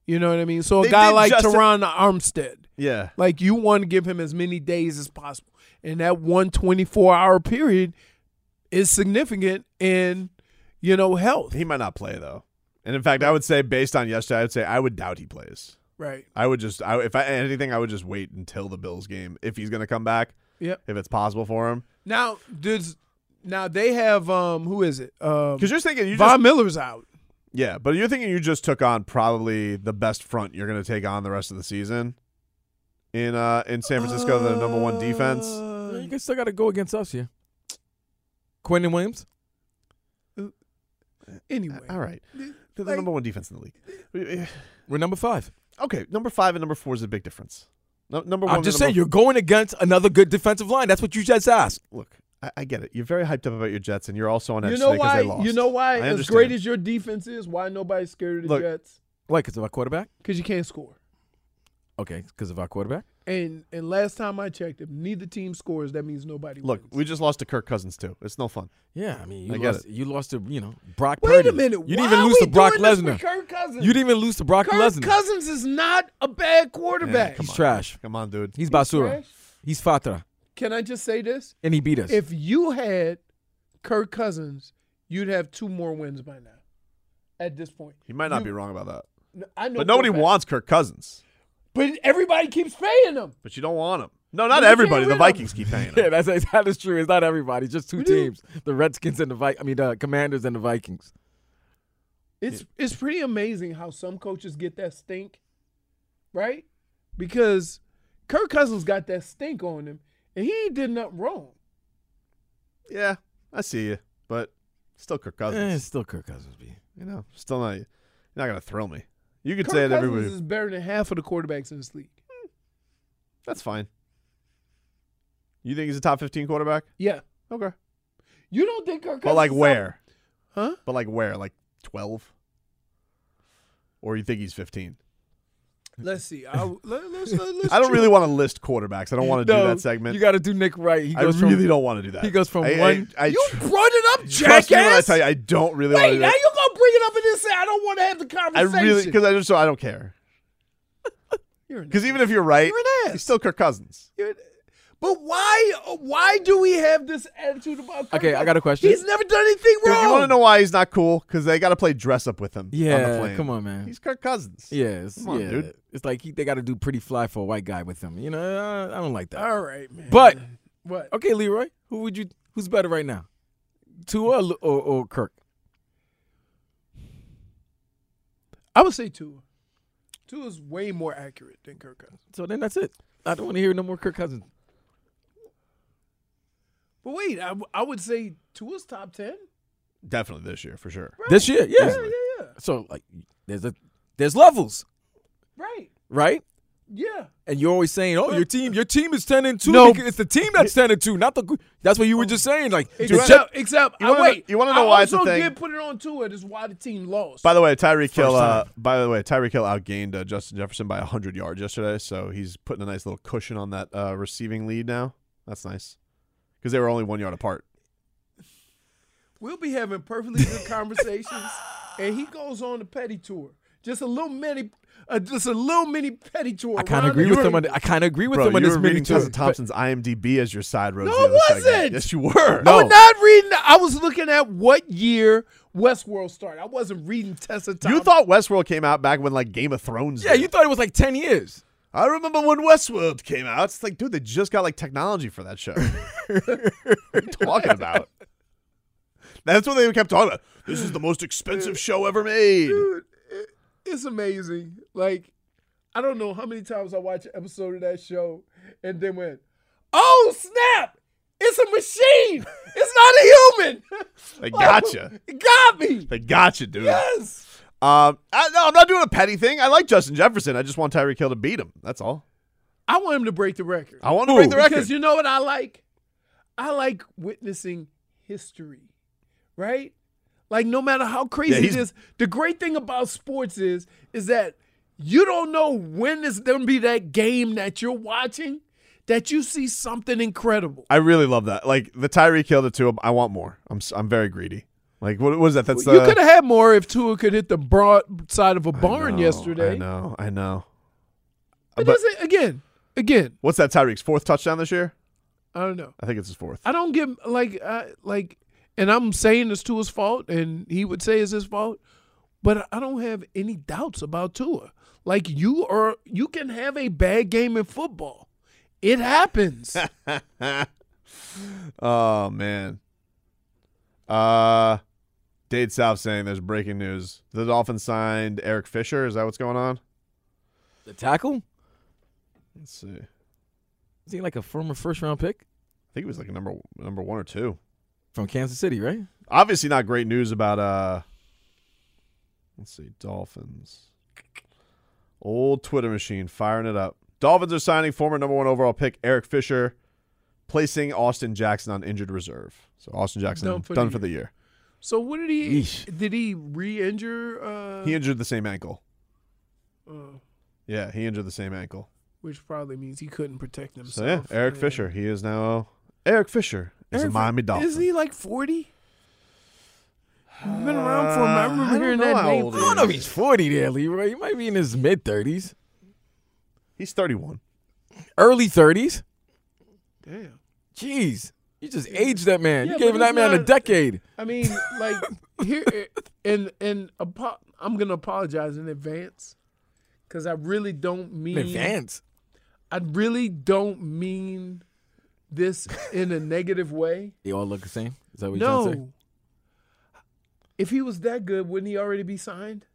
Speaker 3: You know what I mean? So a
Speaker 2: They
Speaker 3: guy
Speaker 2: did
Speaker 3: like
Speaker 2: Justin-
Speaker 3: Teron Armstead,
Speaker 2: Yeah.
Speaker 3: like you want to give him as many days as possible. And that one 24 hour period is significant in, you know, health.
Speaker 2: He might not play, though. And in fact, I would say, based on yesterday, I would say I would doubt he plays.
Speaker 3: Right.
Speaker 2: I would just, I, if I, anything, I would just wait until the Bills game if he's going to come back,
Speaker 3: Yep.
Speaker 2: if it's possible for him.
Speaker 3: Now, does now they have um who is it? Um
Speaker 2: Because you're thinking you
Speaker 3: Von
Speaker 2: just
Speaker 3: Miller's out.
Speaker 2: yeah, but you're thinking you just took on probably the best front you're going to take on the rest of the season in uh in San Francisco, the number one defense.
Speaker 4: Yeah, You
Speaker 3: Uh,
Speaker 4: guys still got to go against us here. Quentin Williams.
Speaker 3: anyway.
Speaker 2: All right, they're the
Speaker 3: like-
Speaker 2: number one defense in the league.
Speaker 4: We're number five.
Speaker 2: Okay, number five and number four is a big difference. No, number one.
Speaker 4: I'm just
Speaker 2: and
Speaker 4: saying
Speaker 2: number-
Speaker 4: you're going against another good defensive line. That's what you just asked.
Speaker 2: Look, I, I get it. You're very hyped up about your Jets, and you're also on edge
Speaker 3: You know
Speaker 2: today 'cause
Speaker 3: why?
Speaker 2: they lost.
Speaker 3: You know why?
Speaker 2: I
Speaker 3: As
Speaker 2: understand.
Speaker 3: great as your defense is, why nobody's scared of the
Speaker 2: Look.
Speaker 3: Jets?
Speaker 4: Why? Because of our quarterback.
Speaker 3: Because you can't score.
Speaker 4: Okay, because of our quarterback.
Speaker 3: And and last time I checked, if neither team scores, that means nobody
Speaker 2: Look,
Speaker 3: wins.
Speaker 2: we just lost to Kirk Cousins too. It's no fun.
Speaker 4: Yeah, I mean, you
Speaker 2: I get
Speaker 4: lost. You lost to you know Brock.
Speaker 3: Wait
Speaker 4: Purdy.
Speaker 3: a minute.
Speaker 4: You didn't
Speaker 3: why
Speaker 4: even
Speaker 3: are
Speaker 4: lose
Speaker 3: we
Speaker 4: to Brock
Speaker 3: doing this with
Speaker 4: Lesnar.
Speaker 3: Kirk Cousins.
Speaker 4: You didn't even lose to Brock
Speaker 3: Kirk
Speaker 4: Lesnar.
Speaker 3: Cousins is not a bad
Speaker 2: Man,
Speaker 3: quarterback.
Speaker 2: come
Speaker 4: He's
Speaker 2: on.
Speaker 4: trash.
Speaker 2: Come on, dude.
Speaker 4: He's basura.
Speaker 3: trash.
Speaker 4: He's fatra.
Speaker 3: Can I just say this?
Speaker 4: and he beat us.
Speaker 3: If you had Kirk Cousins, you'd have two more wins by now. At this point,
Speaker 2: He might not
Speaker 3: You-
Speaker 2: be wrong about that.
Speaker 3: No, I know,
Speaker 2: But nobody
Speaker 3: for a fact.
Speaker 2: wants Kirk Cousins.
Speaker 3: But everybody keeps paying them.
Speaker 2: But you don't want him. No,
Speaker 3: But you
Speaker 2: not
Speaker 3: can't
Speaker 2: everybody.
Speaker 3: win
Speaker 2: The
Speaker 3: 'em.
Speaker 2: Vikings keep paying
Speaker 4: yeah,
Speaker 2: him.
Speaker 4: that's that is true. It's not everybody. Just two
Speaker 3: We do.
Speaker 4: teams: the Redskins and the Vi- I mean, the Commanders and the Vikings.
Speaker 3: It's it's pretty amazing how some coaches get that stink, right? Because Kirk Cousins got that stink on him, and he ain't did nothing wrong.
Speaker 2: Yeah, I see you. But still Kirk
Speaker 4: Eh,
Speaker 2: Cousins.
Speaker 4: it's still Kirk Cousins. B.
Speaker 2: You know, still not. You're not gonna thrill me. You could
Speaker 3: Kirk
Speaker 2: say it
Speaker 3: Cousins
Speaker 2: every week.
Speaker 3: is better than half of the quarterbacks in this league.
Speaker 2: That's fine. You think he's a top 15 quarterback?
Speaker 3: Yeah,
Speaker 2: Okay.
Speaker 3: you don't think Kirk Cousins?
Speaker 2: But like
Speaker 3: is
Speaker 2: where?
Speaker 3: some- Huh?
Speaker 2: But like where? Like 12? Or you think he's 15?
Speaker 3: Let's see. I, let, let's, let's
Speaker 2: I don't
Speaker 3: chew-
Speaker 2: really want to list quarterbacks. I don't want to do
Speaker 4: No,
Speaker 2: that segment.
Speaker 4: You got to do Nick right. He
Speaker 2: I
Speaker 4: goes
Speaker 2: really
Speaker 4: from,
Speaker 2: don't want to do that.
Speaker 4: he goes from
Speaker 2: I- I-
Speaker 4: one-
Speaker 2: I,
Speaker 3: You
Speaker 2: tr-
Speaker 3: brought it up,
Speaker 2: trust me when I
Speaker 3: jackass.
Speaker 2: tell you, I don't really want to
Speaker 3: Wait,
Speaker 2: do
Speaker 3: now
Speaker 2: that.
Speaker 3: you gonna bring it up and then say I don't want to have the
Speaker 2: I
Speaker 3: conversation?
Speaker 2: really because I just so I don't care.
Speaker 3: You're an-
Speaker 2: Because even if you're right,
Speaker 3: You're an ass.
Speaker 2: he's still Kirk Cousins.
Speaker 3: You're- But why? Why do we have this attitude about? Kirk
Speaker 4: Okay, I got a question.
Speaker 3: He's never done anything
Speaker 2: Dude,
Speaker 3: wrong.
Speaker 2: you want to know why he's not cool? Because they got to play dress up with him. on the
Speaker 4: yeah,
Speaker 2: plane.
Speaker 4: come on, man.
Speaker 2: He's Kirk Cousins.
Speaker 4: yeah, it's,
Speaker 2: Come on,
Speaker 4: yeah.
Speaker 2: dude.
Speaker 4: It's like he, they got to do pretty fly for a white guy with him. You know, uh, I don't like that.
Speaker 3: All right, man.
Speaker 4: But
Speaker 3: what?
Speaker 4: okay, Leroy, who would you? Who's better right now, Tua or, Lu- or, or Kirk?
Speaker 3: I would say two. Two is way more accurate than Kirk Cousins.
Speaker 4: So then that's it. I don't want to hear no more Kirk Cousins.
Speaker 3: But wait, I, w- I would say two is top ten.
Speaker 2: Definitely this year for sure.
Speaker 3: Right.
Speaker 4: This year, yeah.
Speaker 3: Yeah, yeah, yeah.
Speaker 4: So like, there's a there's levels,
Speaker 3: Right.
Speaker 4: right?
Speaker 3: Yeah.
Speaker 4: And you're always saying, "Oh, your team, your team is ten and two.
Speaker 2: No.
Speaker 4: because it's the team that's ten and two, not the. gr- That's what you were just saying. Like, the
Speaker 3: Except,
Speaker 4: Jet-
Speaker 3: except
Speaker 2: you
Speaker 3: I
Speaker 2: wanna know-
Speaker 3: wait.
Speaker 2: you wanna know
Speaker 3: I
Speaker 2: why it's a
Speaker 3: also
Speaker 2: thing?
Speaker 3: did put it on two. It is why the team lost.
Speaker 2: By the way, Tyreek Hill. Uh,
Speaker 4: time.
Speaker 2: by the way, Tyreek Hill outgained uh, Justin Jefferson by hundred yards yesterday, so he's putting a nice little cushion on that uh, receiving lead now. That's nice because they were only one yard apart.
Speaker 3: we'll be having perfectly good conversations, and he goes on the petty tour. Just a little mini, uh, just a little mini petty tour.
Speaker 4: I kind of
Speaker 3: around
Speaker 4: agree
Speaker 3: the
Speaker 4: with
Speaker 3: room.
Speaker 4: him. On, I kind of agree with
Speaker 2: Bro,
Speaker 4: him on
Speaker 2: you
Speaker 4: this
Speaker 2: were reading
Speaker 4: meeting too.
Speaker 2: Tessa Thompson's IMDb as your side rose.
Speaker 3: No,
Speaker 2: the other
Speaker 3: I
Speaker 2: segment.
Speaker 3: wasn't!
Speaker 2: Yes, you were.
Speaker 4: No.
Speaker 3: I was not reading. I was looking at what year Westworld started. I wasn't reading Tessa Thompson.
Speaker 2: You thought Westworld came out back when like Game of Thrones.
Speaker 4: Yeah,
Speaker 2: did.
Speaker 4: you thought it was like ten years.
Speaker 2: I remember when Westworld came out. It's like, dude, they just got like technology for that show. what are you talking about? That's what they kept talking about. This is the most expensive show ever made.
Speaker 3: Dude, it- it's amazing. Like, I don't know how many times I watch an episode of that show and then went, "Oh snap! It's a machine. It's not a human."
Speaker 2: They gotcha.
Speaker 3: It got me.
Speaker 2: They got you, dude.
Speaker 3: Yes.
Speaker 2: Um, I, no, I'm not doing a petty thing. I like Justin Jefferson. I just want Tyreek Hill to beat him. That's all.
Speaker 3: I want him to break the record
Speaker 2: I want to
Speaker 4: Ooh,
Speaker 2: break the record.
Speaker 3: because you know what I like. I like witnessing history, right? Like no matter how
Speaker 2: Yeah,
Speaker 3: crazy
Speaker 2: he's-
Speaker 3: it is, the great thing about sports is is that you don't know when it's gonna be that game that you're watching that you see something incredible.
Speaker 2: I really love that. Like the Tyreek Hill to two. I want more. I'm s- I'm very greedy. Like what was that? That's
Speaker 3: you
Speaker 2: uh,
Speaker 3: could have had more if Tua could hit the broad side of a barn
Speaker 2: No,
Speaker 3: yesterday.
Speaker 2: I know. I know.
Speaker 3: But,
Speaker 2: But-
Speaker 3: doesn't- again, again,
Speaker 2: What's that? Tyreek's fourth touchdown this year?
Speaker 3: I don't know.
Speaker 2: I think it's his fourth.
Speaker 3: I don't give like I like, and I'm saying this to his fault, and he would say it's his fault, but I don't have any doubts about Tua. Like you are, you can have a bad game in football. It happens.
Speaker 2: oh man. Uh Dade South saying there's breaking news. The Dolphins signed Eric Fisher. Is that what's going on?
Speaker 4: The tackle?
Speaker 2: Let's see. I
Speaker 4: Is he like a former first round pick
Speaker 2: think it was like a number number one or two.
Speaker 4: from Kansas City, right?
Speaker 2: Obviously not great news about uh let's see, Dolphins. Old Twitter machine firing it up. Dolphins are signing former number one overall pick Eric Fisher, placing Austin Jackson on injured reserve. So Austin Jackson done for, the, year.
Speaker 3: so what did he?
Speaker 4: Yeesh.
Speaker 3: Did he re-injure? Uh,
Speaker 2: He injured the same ankle.
Speaker 3: uh,
Speaker 2: Yeah, he injured the same ankle.
Speaker 3: which probably means he couldn't protect himself.
Speaker 2: So yeah, Eric
Speaker 3: Yeah.
Speaker 2: Fisher. He is now Eric Fisher is
Speaker 3: Eric
Speaker 2: a
Speaker 3: Fi-
Speaker 2: Miami Dolphin.
Speaker 3: Isn't he like forty? Been around for a minute.
Speaker 2: Uh, I
Speaker 3: I remember
Speaker 2: don't
Speaker 3: hearing
Speaker 2: know
Speaker 3: that
Speaker 2: how
Speaker 3: name.
Speaker 2: old
Speaker 4: I
Speaker 2: he
Speaker 4: don't know if
Speaker 2: is.
Speaker 4: he's forty there, Leroy. He might be in his mid thirties,
Speaker 2: He's 31.
Speaker 4: early thirties.
Speaker 3: Damn.
Speaker 4: Jeez, you just aged that man.
Speaker 3: Yeah,
Speaker 4: you gave
Speaker 3: but
Speaker 4: that
Speaker 3: it's
Speaker 4: man a
Speaker 3: not-
Speaker 4: decade.
Speaker 3: I mean, like here and and apo- I'm gonna apologize in advance because I really don't mean
Speaker 4: In advance.
Speaker 3: I really don't mean this in a negative way.
Speaker 4: They all look the same. Is that what you're trying to say?
Speaker 3: No. If he was that good, wouldn't he already be signed?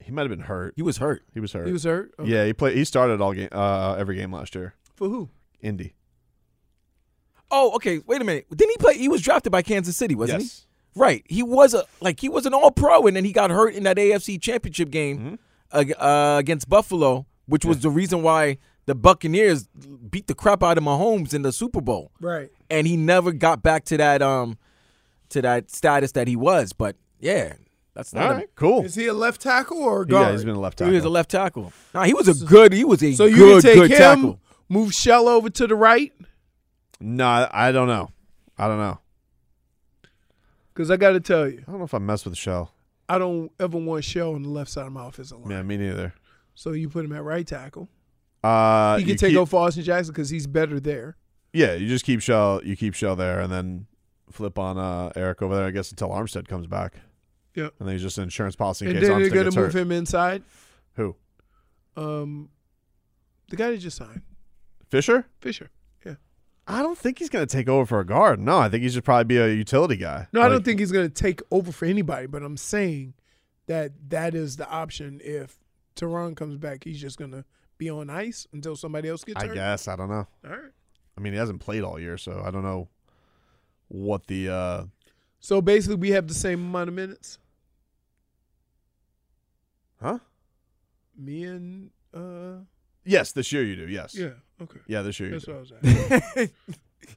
Speaker 2: He might have been hurt.
Speaker 4: He was hurt.
Speaker 2: He was hurt.
Speaker 3: He was hurt. Okay.
Speaker 2: Yeah, he played. He started all game, uh, every game last year.
Speaker 3: For who?
Speaker 2: Indy.
Speaker 4: Oh, okay. Wait a minute. Didn't he play? He was drafted by Kansas City, wasn't
Speaker 2: Yes.
Speaker 4: he? Right. He was a like he was an All Pro, and then he got hurt in that AFC Championship game
Speaker 2: Mm-hmm.
Speaker 4: ag- uh, against Buffalo, which was the reason why the Buccaneers beat the crap out of Mahomes in the Super Bowl.
Speaker 3: Right.
Speaker 4: and he never got back to that um to that status that he was. But yeah, that's
Speaker 2: All
Speaker 4: not
Speaker 2: right, cool.
Speaker 5: Is he a left tackle or a
Speaker 2: Yeah,
Speaker 5: guard?
Speaker 2: he's been a left
Speaker 4: a,
Speaker 2: tackle.
Speaker 4: he was a left tackle. Nah, he was a good. He was a
Speaker 3: So you
Speaker 4: good
Speaker 3: can take
Speaker 4: good
Speaker 3: him,
Speaker 4: tackle.
Speaker 3: move Shell over to the right,
Speaker 2: no, I I don't know. I don't know.
Speaker 3: because I got to tell you,
Speaker 2: I don't know if I mess with Shell.
Speaker 3: I don't ever want Shell on the left side of my offensive line.
Speaker 2: Yeah, me neither.
Speaker 3: So you put him at right tackle.
Speaker 2: Uh,
Speaker 3: He
Speaker 2: you
Speaker 3: can take
Speaker 2: keep-
Speaker 3: over Austin Jackson because he's better there.
Speaker 2: Yeah, you just keep Shell. You keep Shell there, and then flip on uh, Eric over there. I guess until Armstead comes back.
Speaker 3: Yeah.
Speaker 2: and then he's just an insurance policy in
Speaker 3: and
Speaker 2: case
Speaker 3: then they're
Speaker 2: Armstead
Speaker 3: going
Speaker 2: gets
Speaker 3: to move
Speaker 2: hurt.
Speaker 3: him inside.
Speaker 2: Who?
Speaker 3: Um, the guy that just signed,
Speaker 2: Fisher?
Speaker 3: Fisher. Yeah.
Speaker 2: I don't think he's going to take over for a guard. No, I think he should probably be a utility guy.
Speaker 3: No, I
Speaker 2: Like,
Speaker 3: don't think he's going to take over for anybody, but I'm saying that that is the option. If Teron comes back, he's just going to be on ice until somebody else gets
Speaker 2: I
Speaker 3: hurt.
Speaker 2: guess I don't know.
Speaker 3: All right.
Speaker 2: I mean, he hasn't played all year, so I don't know what the. uh
Speaker 3: So basically, we have the same amount of minutes.
Speaker 2: Huh?
Speaker 3: Me and uh,
Speaker 2: Yes, this year you do. Yes.
Speaker 3: yeah, okay.
Speaker 2: Yeah, this year. You
Speaker 3: That's
Speaker 2: do.
Speaker 3: what I was at.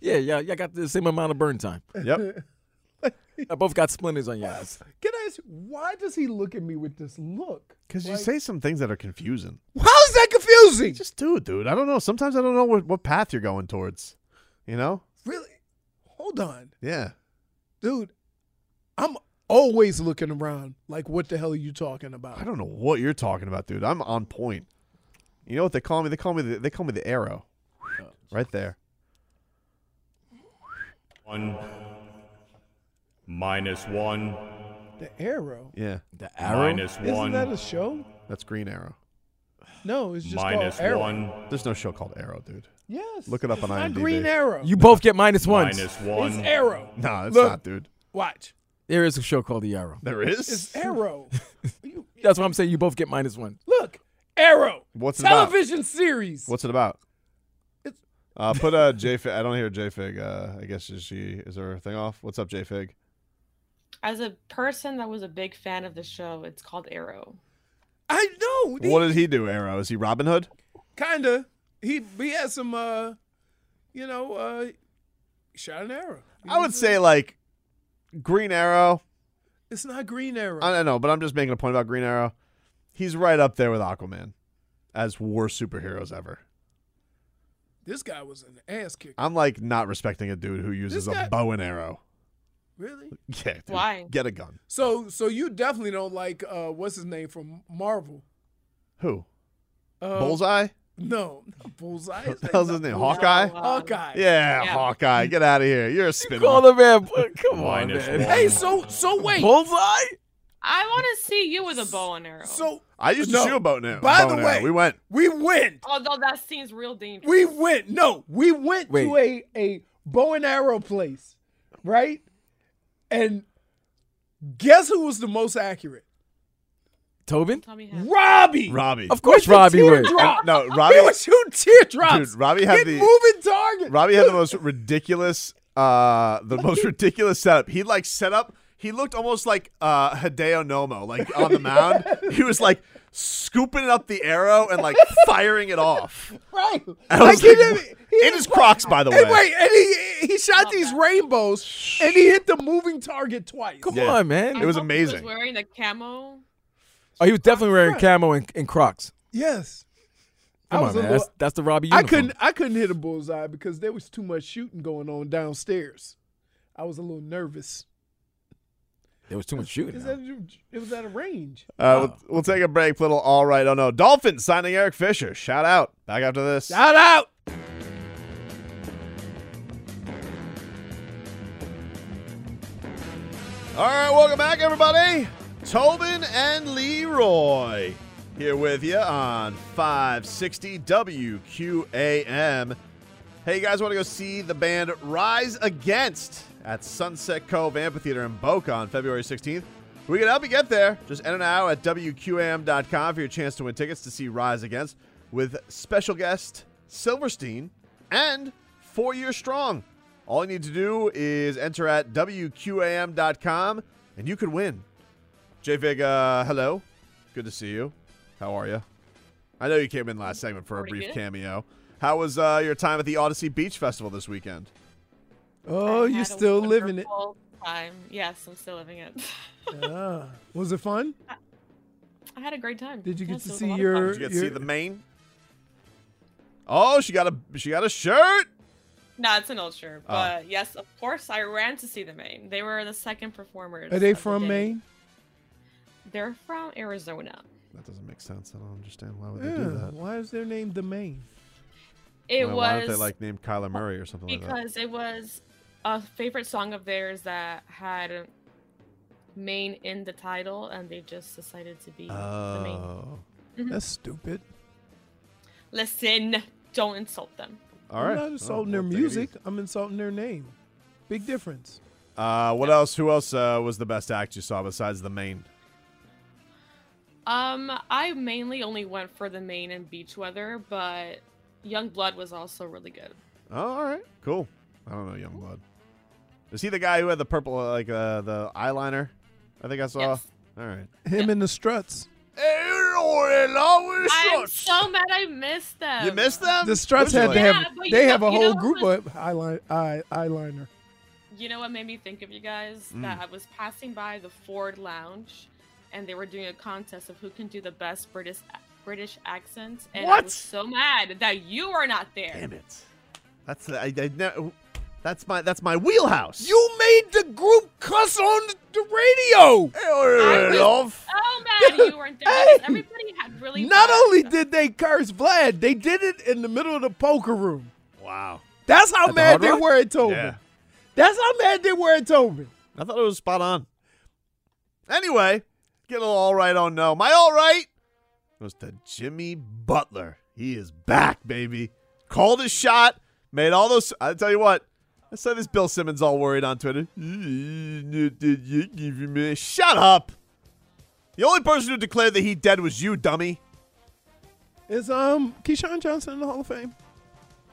Speaker 4: Yeah, yeah, yeah. Got the same amount of burn time.
Speaker 2: Yep.
Speaker 4: I both got splinters on your ass.
Speaker 3: Can I ask, why does he look at me with this look?
Speaker 2: Because you
Speaker 3: Like-
Speaker 2: say some things that are confusing.
Speaker 3: How is that confusing?
Speaker 2: Just do it, dude. I don't know. Sometimes I don't know what, what path you're going towards. You know?
Speaker 3: Really? Hold on,
Speaker 2: Yeah.
Speaker 3: dude. I'm always looking around like, what the hell are you talking
Speaker 2: I
Speaker 3: about?
Speaker 2: don't know what you're talking about, dude. I'm on point. You know what they call me? They call me the, they call me the arrow. Right there.
Speaker 6: One minus one
Speaker 3: The arrow.
Speaker 2: Yeah.
Speaker 4: The arrow.
Speaker 6: minus
Speaker 3: Isn't
Speaker 6: one
Speaker 3: that a show?
Speaker 2: That's Green Arrow.
Speaker 3: No, it's just
Speaker 6: minus
Speaker 3: called Arrow.
Speaker 6: one
Speaker 2: There's no show called Arrow, dude.
Speaker 3: Yes.
Speaker 2: Look it up
Speaker 3: it's
Speaker 2: on
Speaker 3: not
Speaker 2: IMDb.
Speaker 3: Green Arrow.
Speaker 4: You both get minus ones.
Speaker 6: minus one
Speaker 3: It's Arrow.
Speaker 2: No, it's
Speaker 3: Look.
Speaker 2: not, dude.
Speaker 3: Watch.
Speaker 4: There is a show called The Arrow.
Speaker 2: There is.
Speaker 3: It's Arrow. You-
Speaker 4: That's what I'm saying. You both get minus one.
Speaker 3: look, Arrow.
Speaker 2: What's it about?
Speaker 3: television series?
Speaker 2: What's it about?
Speaker 3: It's-
Speaker 2: Uh, put uh, J Fig. I don't hear J Fig. Uh, I guess is she is her thing off. What's up, J Fig?
Speaker 7: As a person that was a big fan of the show, it's called Arrow.
Speaker 3: I know.
Speaker 2: What did he do? Arrow? Is he Robin Hood?
Speaker 3: Kinda. He he had some uh, you know uh, shot an arrow.
Speaker 2: I would say like Green Arrow.
Speaker 3: it's not Green Arrow.
Speaker 2: I don't know, but I'm just making a point about Green Arrow. He's right up there with Aquaman as worst superheroes ever.
Speaker 3: this guy was an ass kicker.
Speaker 2: I'm like not respecting a dude who uses
Speaker 3: This guy-
Speaker 2: a bow and arrow.
Speaker 3: Really?
Speaker 2: Yeah. dude.
Speaker 7: Why?
Speaker 2: Get a gun.
Speaker 3: So so you definitely don't like uh, what's his name from Marvel?
Speaker 2: Who?
Speaker 3: Uh,
Speaker 2: Bullseye?
Speaker 3: No, not Bullseye.
Speaker 2: What the hell's his
Speaker 3: not
Speaker 2: name? Hawkeye?
Speaker 3: Bullseye.
Speaker 7: No, uh,
Speaker 3: Hawkeye.
Speaker 2: Yeah,
Speaker 7: Yeah.
Speaker 2: Hawkeye. Get out of here. You're a spin.
Speaker 4: Call the man. Come on,
Speaker 6: Minus
Speaker 4: man.
Speaker 6: one.
Speaker 3: Hey, so so wait.
Speaker 4: Bullseye.
Speaker 7: I want to see you with a bow and arrow.
Speaker 3: so
Speaker 2: I used to
Speaker 3: No.
Speaker 2: shoot a bow and arrow.
Speaker 3: By
Speaker 2: bow
Speaker 3: the
Speaker 2: and arrow.
Speaker 3: way-
Speaker 2: we went.
Speaker 3: we went.
Speaker 7: although that seems real dangerous.
Speaker 3: We went. No, we went to
Speaker 4: Wait.
Speaker 3: a a bow and arrow place, right? And guess who was the most accurate?
Speaker 4: Tobin.
Speaker 7: Tell me how.
Speaker 3: Robbie.
Speaker 2: Robbie.
Speaker 4: Of course, Robbie would.
Speaker 3: Teardrop.
Speaker 2: No,
Speaker 3: He
Speaker 2: Robbie.
Speaker 3: was shooting teardrops.
Speaker 2: Dude, Robbie had
Speaker 3: Get
Speaker 2: the-
Speaker 3: moving target.
Speaker 2: Robbie had the most ridiculous, uh, the most ridiculous setup. He like set up. He looked almost like uh, Hideo Nomo, like on the mound. He was like scooping up the arrow and like firing it off.
Speaker 3: right.
Speaker 2: I was
Speaker 3: Like, he
Speaker 2: like,
Speaker 3: didn't- he
Speaker 2: in
Speaker 3: didn't
Speaker 2: his
Speaker 3: play-
Speaker 2: Crocs, by the way.
Speaker 3: And wait, and he he shot these rainbows, and he hit the moving target twice.
Speaker 4: Come
Speaker 2: Yeah.
Speaker 4: on,
Speaker 7: I
Speaker 4: man.
Speaker 2: It was
Speaker 7: hope He
Speaker 2: amazing.
Speaker 7: was wearing the camo.
Speaker 4: Oh, he was definitely wearing camo and, and Crocs.
Speaker 3: Yes. I
Speaker 4: Come
Speaker 3: was
Speaker 4: on,
Speaker 3: a
Speaker 4: man.
Speaker 3: little-
Speaker 4: That's, that's the Robbie.
Speaker 3: I
Speaker 4: Uniform.
Speaker 3: couldn't I couldn't hit a bullseye because there was too much shooting going on downstairs. I was a little nervous.
Speaker 4: There was too much shooting.
Speaker 3: Is
Speaker 4: huh?
Speaker 3: that it was out of range.
Speaker 2: Uh, we'll, we'll take a break. Little all right. Oh no, Dolphins signing Eric Fisher. Shout out. Back after this.
Speaker 3: Shout out.
Speaker 2: All right, welcome back, everybody. Tobin and Leroy here with you on 560 WQAM. Hey, you guys want to go see the band Rise Against at Sunset Cove Amphitheater in Boca on February 16th? We can help you get there. Just enter now at WQAM.com for your chance to win tickets to see Rise Against with special guest Silverstein and Four Year Strong. All you need to do is enter at WQAM.com and you could win. JVig, uh, hello. Good to see you. How are you? I know you came in last segment for a
Speaker 7: Pretty
Speaker 2: brief
Speaker 7: good.
Speaker 2: cameo. How was uh, your time at the Odyssey Beach Festival this weekend?
Speaker 3: Oh,
Speaker 7: I
Speaker 3: you're
Speaker 7: had a
Speaker 3: still living it.
Speaker 7: wonderful Time. Yes, I'm still living it.
Speaker 3: Ah, was it fun?
Speaker 7: I had a great time.
Speaker 3: Did you get
Speaker 7: Yes,
Speaker 3: to
Speaker 7: it was a
Speaker 3: see
Speaker 7: lot of
Speaker 3: your-
Speaker 7: fun.
Speaker 2: Did you get to see
Speaker 3: You're-
Speaker 2: the main? Oh, she got a she got a shirt.
Speaker 7: No, it's an old shirt.
Speaker 2: Ah.
Speaker 7: But yes, of course, I ran to see the Maine. They were the second performers.
Speaker 3: Are they
Speaker 7: of the
Speaker 3: from
Speaker 7: day.
Speaker 3: Maine?
Speaker 7: They're from Arizona.
Speaker 2: That doesn't make sense. I don't understand why would they do
Speaker 3: Yeah.
Speaker 2: that.
Speaker 3: Why is their name the Maine?
Speaker 7: It
Speaker 2: Why-
Speaker 7: was
Speaker 2: why don't they like name Kyler Murray or something like that?
Speaker 7: because it was a favorite song of theirs that had Maine in the title, and they just decided to be the Maine.
Speaker 2: Oh,
Speaker 7: Mm-hmm.
Speaker 3: That's stupid.
Speaker 7: Listen, don't insult them.
Speaker 2: all right.
Speaker 3: I'm not
Speaker 2: Oh,
Speaker 3: insulting
Speaker 2: well,
Speaker 3: their
Speaker 2: take it
Speaker 3: music. I'm insulting their name. Big difference.
Speaker 2: easy. Uh, what else? Who else uh, was the best act you saw besides the main?
Speaker 7: Um, I mainly only went for the Maine and beach weather, but Young Blood was also really good.
Speaker 2: Oh, all right, cool. I don't know Youngblood. Is he the guy who had the purple uh, like uh, the eyeliner? I think I saw.
Speaker 7: Yes.
Speaker 2: All right.
Speaker 3: Him and the Struts.
Speaker 7: I'm so mad I missed them.
Speaker 2: You missed them.
Speaker 3: The Struts
Speaker 2: Which
Speaker 3: had
Speaker 2: one?
Speaker 3: to
Speaker 7: Um, Yeah,
Speaker 3: have.
Speaker 7: but you
Speaker 3: they
Speaker 7: know-
Speaker 3: have a
Speaker 7: you know
Speaker 3: whole
Speaker 7: what
Speaker 3: group
Speaker 7: was-
Speaker 3: of eyeliner. Eye, eyeliner.
Speaker 7: You know what made me think of you guys? That I was passing by the Ford Lounge, and they were doing a contest of who can do the best British British accents. And I
Speaker 2: What?
Speaker 7: was so mad that you were not there.
Speaker 2: Damn it. That's I, I ne- that's my that's my wheelhouse.
Speaker 4: made the group cuss on the radio.
Speaker 2: love.
Speaker 7: Oh man, you weren't there. because Everybody had really.
Speaker 3: Not
Speaker 7: bad
Speaker 3: only
Speaker 7: accents.
Speaker 3: did they curse Vlad, they did it in the middle of the poker room.
Speaker 2: Wow.
Speaker 3: That's how
Speaker 4: the Hard
Speaker 3: mad they
Speaker 4: Rock?
Speaker 3: were at Tobin.
Speaker 2: Yeah.
Speaker 3: That's how mad they were at Tobin.
Speaker 2: I thought it was spot on. Anyway, get a little all right on no. My all right was to Jimmy Butler. He is back, baby. Called his shot, made all those. I tell you what, I saw this Bill Simmons all worried on Twitter. Shut up. The only person who declared that he dead was you, dummy.
Speaker 3: Is um Keyshawn Johnson in the Hall of Fame?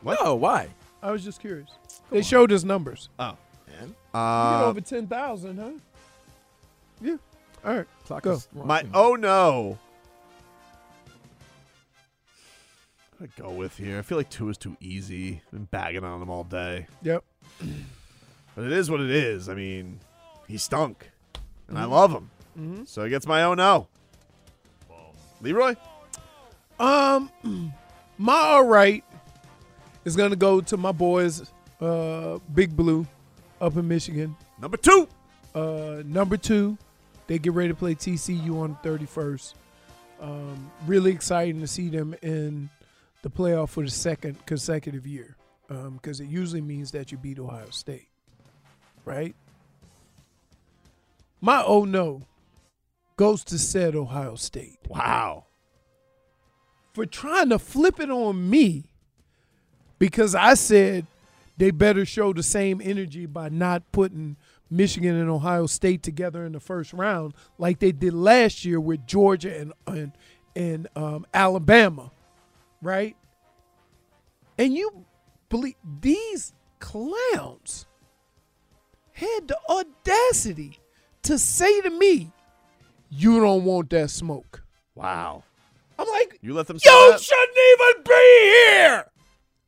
Speaker 4: No, why?
Speaker 3: I was just curious. they showed his numbers.
Speaker 2: Oh.
Speaker 3: You
Speaker 2: Uh,
Speaker 3: get over ten thousand, huh? Yeah. All right.
Speaker 4: Clock
Speaker 3: Go.
Speaker 4: is wrong.
Speaker 2: My oh no. I go with here. I feel like two is too easy. Been bagging on him all day,
Speaker 3: Yep.
Speaker 2: but it is what it is. I mean, he stunk, and
Speaker 4: Mm-hmm.
Speaker 2: I love him. So he gets my oh no. Leroy,
Speaker 3: Um, my all right is gonna go to my boys, uh, Big Blue, up in Michigan.
Speaker 2: number two.
Speaker 3: Uh, number two, they get ready to play TCU on the 31st. Um, really exciting to see them in the playoff for the second consecutive year because it usually means that you beat Ohio State, right? My oh no goes to said Ohio State
Speaker 2: Wow.
Speaker 3: for trying to flip it on me because I said they better show the same energy by not putting Michigan and Ohio State together in the first round like they did last year with Georgia and and, and um, Alabama, right? And you believe these clowns had the audacity to say to me, "You don't want that smoke."
Speaker 2: Wow.
Speaker 3: I'm like,
Speaker 2: You let them. say
Speaker 3: you
Speaker 2: that?
Speaker 3: shouldn't even be here.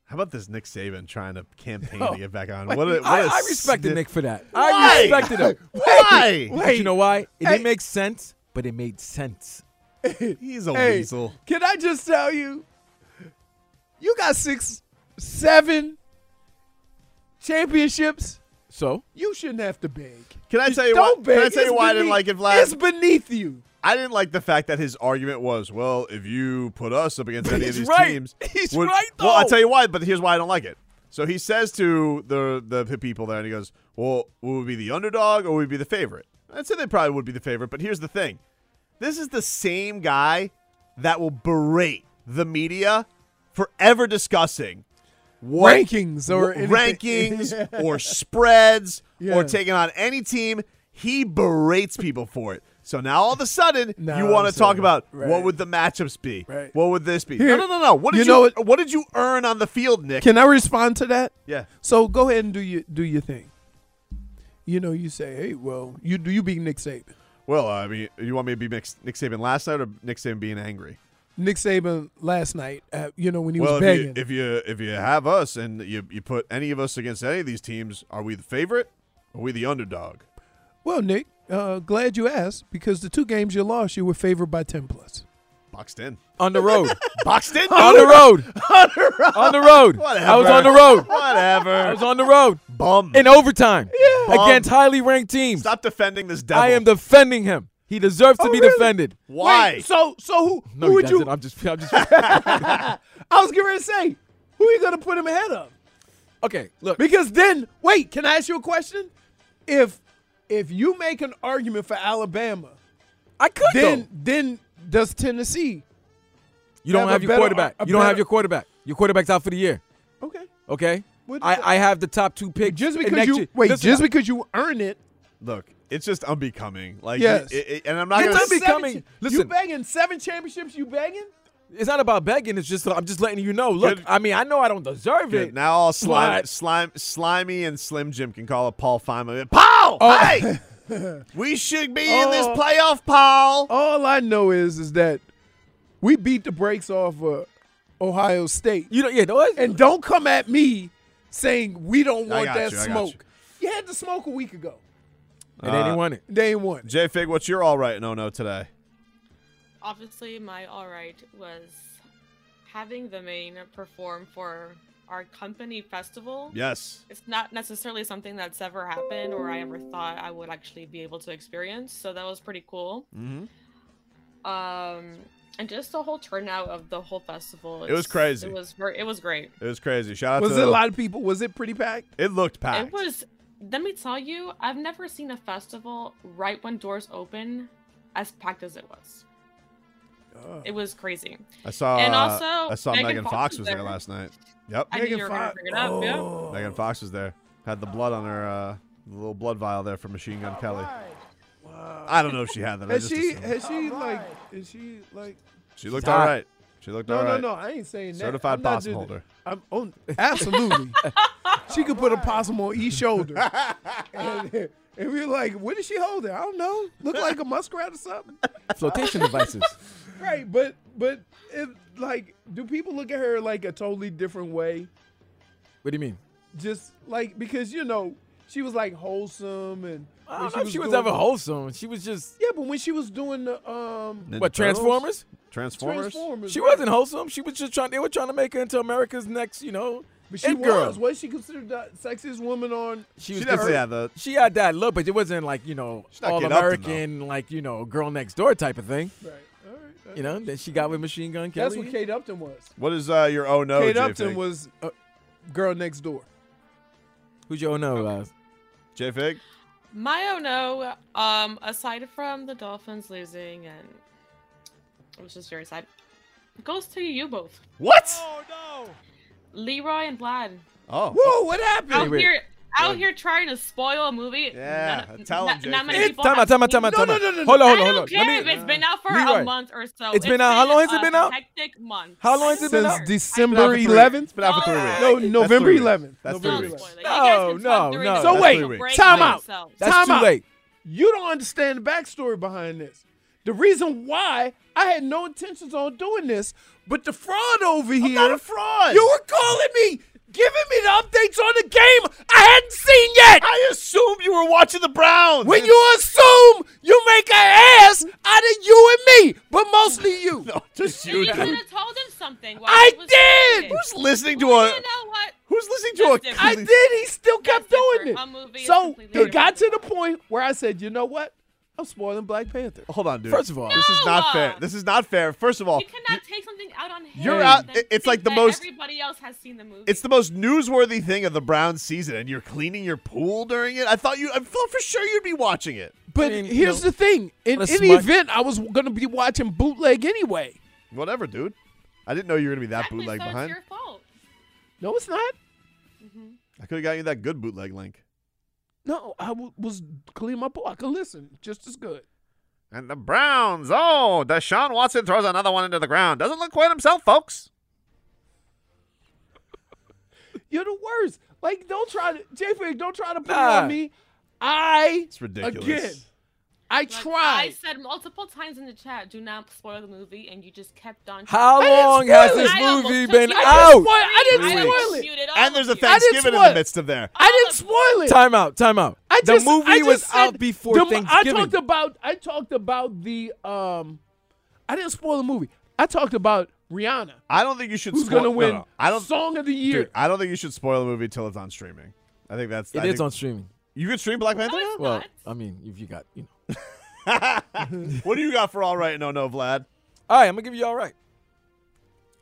Speaker 2: How about this Nick Saban trying to campaign
Speaker 4: No.
Speaker 2: to get back on? What? A, what
Speaker 4: Oh. I,
Speaker 2: a
Speaker 4: I respected
Speaker 2: snip-
Speaker 4: Nick for that.
Speaker 2: Why?
Speaker 4: I respected him.
Speaker 2: Why?
Speaker 4: But you know why? It
Speaker 3: Hey.
Speaker 4: didn't make sense, but it made sense.
Speaker 2: He's a
Speaker 3: Hey,
Speaker 2: weasel.
Speaker 3: can I just tell you? You got six, seven championships.
Speaker 4: So
Speaker 3: You shouldn't have to beg.
Speaker 2: Can I tell you why?
Speaker 3: Don't beg.
Speaker 2: Can I tell
Speaker 3: It's
Speaker 2: you why I didn't
Speaker 3: beneath-
Speaker 2: like it, Vlad?
Speaker 3: It's beneath you.
Speaker 2: I didn't like the fact that his argument was, well, if you put us up against any of
Speaker 4: He's
Speaker 2: these
Speaker 4: right.
Speaker 2: teams,
Speaker 4: He's
Speaker 2: would-
Speaker 4: right,
Speaker 2: Well, I'll
Speaker 4: though.
Speaker 2: tell you why, but here's why I don't like it. So he says to the the people there, and he goes, "Well, will we be the underdog or will we be the favorite?" I'd say they probably would be the favorite, but here's the thing. This is the same guy that will berate the media forever discussing what
Speaker 3: Rankings or
Speaker 2: wh-
Speaker 3: anything.
Speaker 2: rankings or spreads or
Speaker 3: Yeah.
Speaker 2: taking on any team. He berates people for it. So now all of a sudden
Speaker 3: Now
Speaker 2: you
Speaker 3: all
Speaker 2: want
Speaker 3: of
Speaker 2: to
Speaker 3: a
Speaker 2: talk
Speaker 3: sudden,
Speaker 2: about what
Speaker 3: right.
Speaker 2: would the matchups be?
Speaker 3: Right.
Speaker 2: What would this be?
Speaker 3: Here-
Speaker 2: no, no, no, no. What did you,
Speaker 3: you know what-
Speaker 2: what did you earn on the field, Nick?
Speaker 3: Can I respond to that?
Speaker 2: yeah.
Speaker 3: So go ahead and do your do your thing. You know, you say, hey, well, you do you beat Nick Saban?
Speaker 2: Well, I mean, you want me to be Nick, Nick Saban last night or Nick Saban being angry?
Speaker 3: Nick Saban last night, uh, you know, when he
Speaker 2: well,
Speaker 3: was
Speaker 2: if you,
Speaker 3: begging.
Speaker 2: if you if you have us and you you put any of us against any of these teams, are we the favorite? Are we the underdog?
Speaker 3: well, Nick, uh, glad you asked because the two games you lost, you were favored by ten plus.
Speaker 2: Boxed in.
Speaker 4: on the road.
Speaker 2: Boxed in.
Speaker 4: on the road. on the road.
Speaker 2: Whatever.
Speaker 4: I was on the road. I
Speaker 2: Whatever.
Speaker 4: was on the road
Speaker 2: Bum.
Speaker 4: in overtime
Speaker 2: Bum.
Speaker 4: against highly ranked teams.
Speaker 2: Stop defending this devil.
Speaker 4: I am defending him. He deserves to be defended.
Speaker 2: Why?
Speaker 3: so so who,
Speaker 4: No,
Speaker 3: who Oh,
Speaker 4: he
Speaker 3: would
Speaker 4: doesn't.
Speaker 3: you?
Speaker 4: I'm just. I'm just.
Speaker 3: I was going to say, who are you going to put him ahead of?
Speaker 4: okay, look.
Speaker 3: Because then, wait, can I ask you a question? If if you make an argument for Alabama,
Speaker 4: I could
Speaker 3: then
Speaker 4: though.
Speaker 3: then does Tennessee?
Speaker 4: You don't
Speaker 3: have a
Speaker 4: have your
Speaker 3: better-
Speaker 4: quarterback.
Speaker 3: a
Speaker 4: You don't have
Speaker 3: better-
Speaker 4: your quarterback. Your quarterback's out for the year.
Speaker 3: Okay,
Speaker 4: Okay.
Speaker 3: What-
Speaker 4: I, I have the top two picks.
Speaker 3: just
Speaker 4: and
Speaker 3: because
Speaker 4: next
Speaker 3: you
Speaker 4: year-
Speaker 3: wait,
Speaker 4: listen,
Speaker 3: just because you earn it,
Speaker 2: Look, it's just unbecoming. Like,
Speaker 3: Yes.
Speaker 2: it- it- and I'm not
Speaker 4: It's
Speaker 2: gonna.
Speaker 4: unbe-
Speaker 2: say-
Speaker 4: Becoming-
Speaker 3: Seven- you
Speaker 4: listen.
Speaker 3: begging seven championships, you begging?
Speaker 4: it's not about begging. It's just I'm just letting you know. Look,
Speaker 2: Good.
Speaker 4: I mean, I know I don't deserve
Speaker 2: Good.
Speaker 4: it.
Speaker 2: Now all slime,
Speaker 4: But-
Speaker 2: slime, slimy and Slim Jim can call up Paul Feynman. Paul,
Speaker 4: Oh.
Speaker 2: hey, we should be in this
Speaker 3: Oh.
Speaker 2: playoff, Paul.
Speaker 3: All I know is is that we beat the brakes off of Ohio State,
Speaker 4: You know, yeah, no, it's-
Speaker 3: and don't come at me saying we don't
Speaker 2: I
Speaker 3: want
Speaker 2: got
Speaker 3: that
Speaker 2: you, I got you.
Speaker 3: smoke. You. had the smoke a week ago.
Speaker 4: and
Speaker 3: uh,
Speaker 4: they didn't want it.
Speaker 3: They ain't won.
Speaker 2: J Fig, what's your all right no no today?
Speaker 7: Obviously, my all right was having the main perform for our company festival.
Speaker 2: Yes.
Speaker 7: It's not necessarily something that's ever happened or I ever thought I would actually be able to experience. So that was pretty cool.
Speaker 2: Mm-hmm.
Speaker 7: Um, and just the whole turnout of the whole festival.
Speaker 2: It was
Speaker 7: it's-
Speaker 2: crazy.
Speaker 7: It was ver- it was great.
Speaker 2: It was crazy. Shout out
Speaker 3: Was
Speaker 2: to
Speaker 3: it a lot of people? Was it pretty packed?
Speaker 2: It looked packed.
Speaker 7: It was. Let me tell you, I've never seen a festival right when doors open as packed as it was. It was crazy.
Speaker 2: I saw.
Speaker 7: And
Speaker 2: uh,
Speaker 7: also,
Speaker 2: I saw Megan,
Speaker 7: Megan
Speaker 2: Fox,
Speaker 7: Fox
Speaker 2: was
Speaker 7: was
Speaker 2: there.
Speaker 7: there.
Speaker 2: last night. Yep.
Speaker 7: I knew you were going to bring it up. Yeah.
Speaker 2: Megan Fox was there. Had the blood on her, uh, the little blood vial there from Machine Gun Kelly. I don't know if she had that. I
Speaker 3: Has
Speaker 2: just
Speaker 3: she?
Speaker 2: assumed.
Speaker 3: Has she like? Is she like?
Speaker 2: she looked
Speaker 4: hot.
Speaker 2: all right. She looked
Speaker 3: No,
Speaker 2: all right.
Speaker 3: no, no. I ain't saying that.
Speaker 2: Certified
Speaker 3: I'm not
Speaker 2: possum
Speaker 3: just-
Speaker 2: holder.
Speaker 3: I'm oh, absolutely. she could put a possum on each shoulder. and, and we were like, what is she holding? I don't know. Look like a muskrat or something.
Speaker 4: Flotation devices.
Speaker 3: Right, but but if like, do people look at her like a totally different way?
Speaker 4: What do you mean?
Speaker 3: Just like because you know she was like wholesome and. when
Speaker 4: I don't know if she was
Speaker 3: doing-
Speaker 4: ever wholesome. She was just
Speaker 3: Yeah, but when she was doing the um
Speaker 2: Ninja
Speaker 4: what
Speaker 2: Turtles?
Speaker 4: Transformers.
Speaker 2: Transformers.
Speaker 3: Transformers,
Speaker 4: She
Speaker 3: right?
Speaker 4: wasn't wholesome. She was just trying. They were trying to make her into America's next, you know,
Speaker 3: But she
Speaker 4: it girl.
Speaker 3: was. Was she considered the sexiest woman on?
Speaker 2: She
Speaker 4: She was
Speaker 2: definitely
Speaker 4: considered-
Speaker 2: had the.
Speaker 4: She had that look, but it wasn't like you know
Speaker 2: She's not
Speaker 4: all
Speaker 2: getting up to
Speaker 4: American, like you know, girl next door type of thing.
Speaker 3: Right. All right.
Speaker 4: You know, that she got with Machine Gun
Speaker 3: That's
Speaker 4: Kelly.
Speaker 3: what Kate Upton was.
Speaker 2: What is uh, your oh no?
Speaker 3: Kate
Speaker 2: J-Fig?
Speaker 3: Upton was a girl next door.
Speaker 4: Who's your no? Uh,
Speaker 2: J Fig.
Speaker 7: My oh no. Um, aside from the Dolphins losing, and it was just very sad. Goes to you both,
Speaker 2: What?
Speaker 7: Leroy and Vlad.
Speaker 2: Oh.
Speaker 3: Whoa, what happened?
Speaker 7: Out
Speaker 4: Anyway,
Speaker 7: here,
Speaker 2: good.
Speaker 7: out here trying to spoil a movie.
Speaker 2: Yeah,
Speaker 7: None of-
Speaker 2: tell 'em,
Speaker 7: not- not many
Speaker 2: Jay.
Speaker 4: it's
Speaker 7: people
Speaker 4: time out,
Speaker 7: have
Speaker 4: time out,
Speaker 7: seen
Speaker 4: time out,
Speaker 3: No,
Speaker 4: time
Speaker 3: no,
Speaker 4: out.
Speaker 3: no, no, no.
Speaker 4: Hold on, hold
Speaker 7: I
Speaker 4: on,
Speaker 7: don't
Speaker 4: hold on.
Speaker 7: care
Speaker 4: Let
Speaker 7: if
Speaker 4: me-
Speaker 7: it's been out for
Speaker 4: Leroy.
Speaker 7: a month or so.
Speaker 4: It's been out- how long has it
Speaker 7: a
Speaker 4: been out?
Speaker 7: Hectic month.
Speaker 4: How long has it been
Speaker 3: Since
Speaker 4: out?
Speaker 3: December
Speaker 2: It's been out for three- It's
Speaker 3: 11th.
Speaker 2: been out for three
Speaker 7: No,
Speaker 2: weeks.
Speaker 3: No,
Speaker 2: That's
Speaker 3: November
Speaker 2: three weeks.
Speaker 3: 11th.
Speaker 2: That's
Speaker 3: November
Speaker 2: three
Speaker 7: Don't
Speaker 2: weeks.
Speaker 7: spoil it. You
Speaker 4: No,
Speaker 7: guys can
Speaker 4: no,
Speaker 7: talk during
Speaker 4: no.
Speaker 7: the
Speaker 4: So
Speaker 7: break
Speaker 3: wait,
Speaker 7: and break
Speaker 3: time out.
Speaker 7: yourselves.
Speaker 4: That's
Speaker 3: Time
Speaker 4: too
Speaker 3: out.
Speaker 4: late.
Speaker 3: You don't understand the backstory behind this. The reason why I had no intentions on doing this, but the fraud over here.
Speaker 2: not a fraud.
Speaker 3: You were calling me, giving me the updates on the game I hadn't seen yet.
Speaker 2: I assumed you were watching the Browns.
Speaker 3: when you assume you make an ass out of you and me, but mostly you.
Speaker 2: no, just
Speaker 7: You
Speaker 2: you.
Speaker 7: could
Speaker 2: dude.
Speaker 7: have told him something. While
Speaker 3: I
Speaker 7: he was
Speaker 3: did!
Speaker 7: doing it.
Speaker 2: Who's listening to
Speaker 7: Well,
Speaker 2: a?
Speaker 7: you know what?
Speaker 2: Who's listening to
Speaker 7: That's
Speaker 2: a?
Speaker 7: different.
Speaker 3: I
Speaker 2: completely-
Speaker 3: did. He still kept
Speaker 7: That's
Speaker 3: doing
Speaker 7: different.
Speaker 3: it.
Speaker 7: A movie is
Speaker 3: so
Speaker 7: completely
Speaker 3: it got to
Speaker 7: different.
Speaker 3: the point where I said, you know what? I'm spoiling Black Panther.
Speaker 2: Hold on, dude.
Speaker 4: First of all,
Speaker 2: this is not
Speaker 7: No.
Speaker 2: fair. This is not fair. First of all,
Speaker 7: You cannot take something out on him.
Speaker 2: you're out-
Speaker 7: that
Speaker 2: it- it's like
Speaker 7: thinks
Speaker 2: the
Speaker 7: that
Speaker 2: most-
Speaker 7: Everybody else has seen the movie.
Speaker 2: it's the most newsworthy thing of the Browns season, and you're cleaning your pool during it. I thought you. I thought for sure you'd be watching it.
Speaker 3: But
Speaker 4: I mean, you
Speaker 3: here's
Speaker 4: know,
Speaker 3: the thing: in
Speaker 4: what a
Speaker 3: any
Speaker 4: smart-
Speaker 3: event, I was going to be watching bootleg anyway.
Speaker 2: Whatever, dude. I didn't know you were gonna be that
Speaker 7: Exactly,
Speaker 2: bootleg
Speaker 7: so
Speaker 2: behind.
Speaker 7: It's your fault.
Speaker 3: No, it's not.
Speaker 2: I could have gotten you that good bootleg link.
Speaker 3: No, I w- was cleaning my bowl. I could listen just as good.
Speaker 2: And the Browns. Oh, Deshaun Watson throws another one into the ground. Doesn't look quite himself, folks.
Speaker 3: You're the worst. Like, don't try to, J Fig, don't try to put it
Speaker 4: Nah.
Speaker 3: on me. I,
Speaker 2: It's ridiculous.
Speaker 3: again, I
Speaker 7: Like, I
Speaker 3: tried.
Speaker 7: said multiple times in the chat, do not spoil the movie, and you just kept on.
Speaker 4: How
Speaker 3: I didn't
Speaker 4: long has
Speaker 3: spoil
Speaker 4: this
Speaker 3: it.
Speaker 7: I almost
Speaker 4: movie
Speaker 7: took
Speaker 4: been
Speaker 7: you-
Speaker 3: I didn't
Speaker 4: out?
Speaker 3: spoil- I didn't
Speaker 2: Three
Speaker 3: spoil
Speaker 2: weeks.
Speaker 3: it.
Speaker 7: Muted all
Speaker 2: And
Speaker 7: of
Speaker 2: there's a
Speaker 7: you.
Speaker 3: I didn't
Speaker 2: Thanksgiving in
Speaker 3: spoil
Speaker 2: the
Speaker 3: it.
Speaker 2: midst of there.
Speaker 3: I didn't spoil it.
Speaker 4: Time out, time out.
Speaker 3: I just,
Speaker 4: the movie
Speaker 3: I just
Speaker 4: was
Speaker 3: said
Speaker 4: out before
Speaker 3: the-
Speaker 4: Thanksgiving.
Speaker 3: I talked about I talked about the um I didn't spoil the movie. I talked about Rihanna,
Speaker 2: I don't think you should.
Speaker 3: who's
Speaker 2: spoil-
Speaker 3: gonna
Speaker 2: no,
Speaker 3: win
Speaker 2: no. I don't.
Speaker 3: Song of the Year.
Speaker 2: Dude, I don't think you should spoil the movie till it's on streaming. I think that's.
Speaker 4: It is
Speaker 2: I think-
Speaker 4: on streaming.
Speaker 2: You can stream Black Panther.
Speaker 7: No, it's
Speaker 2: now?
Speaker 4: Well,
Speaker 7: not.
Speaker 4: I mean, if you got, you know.
Speaker 2: what do you got for all right? No, no, Vlad.
Speaker 4: All right, I'm gonna give you all right.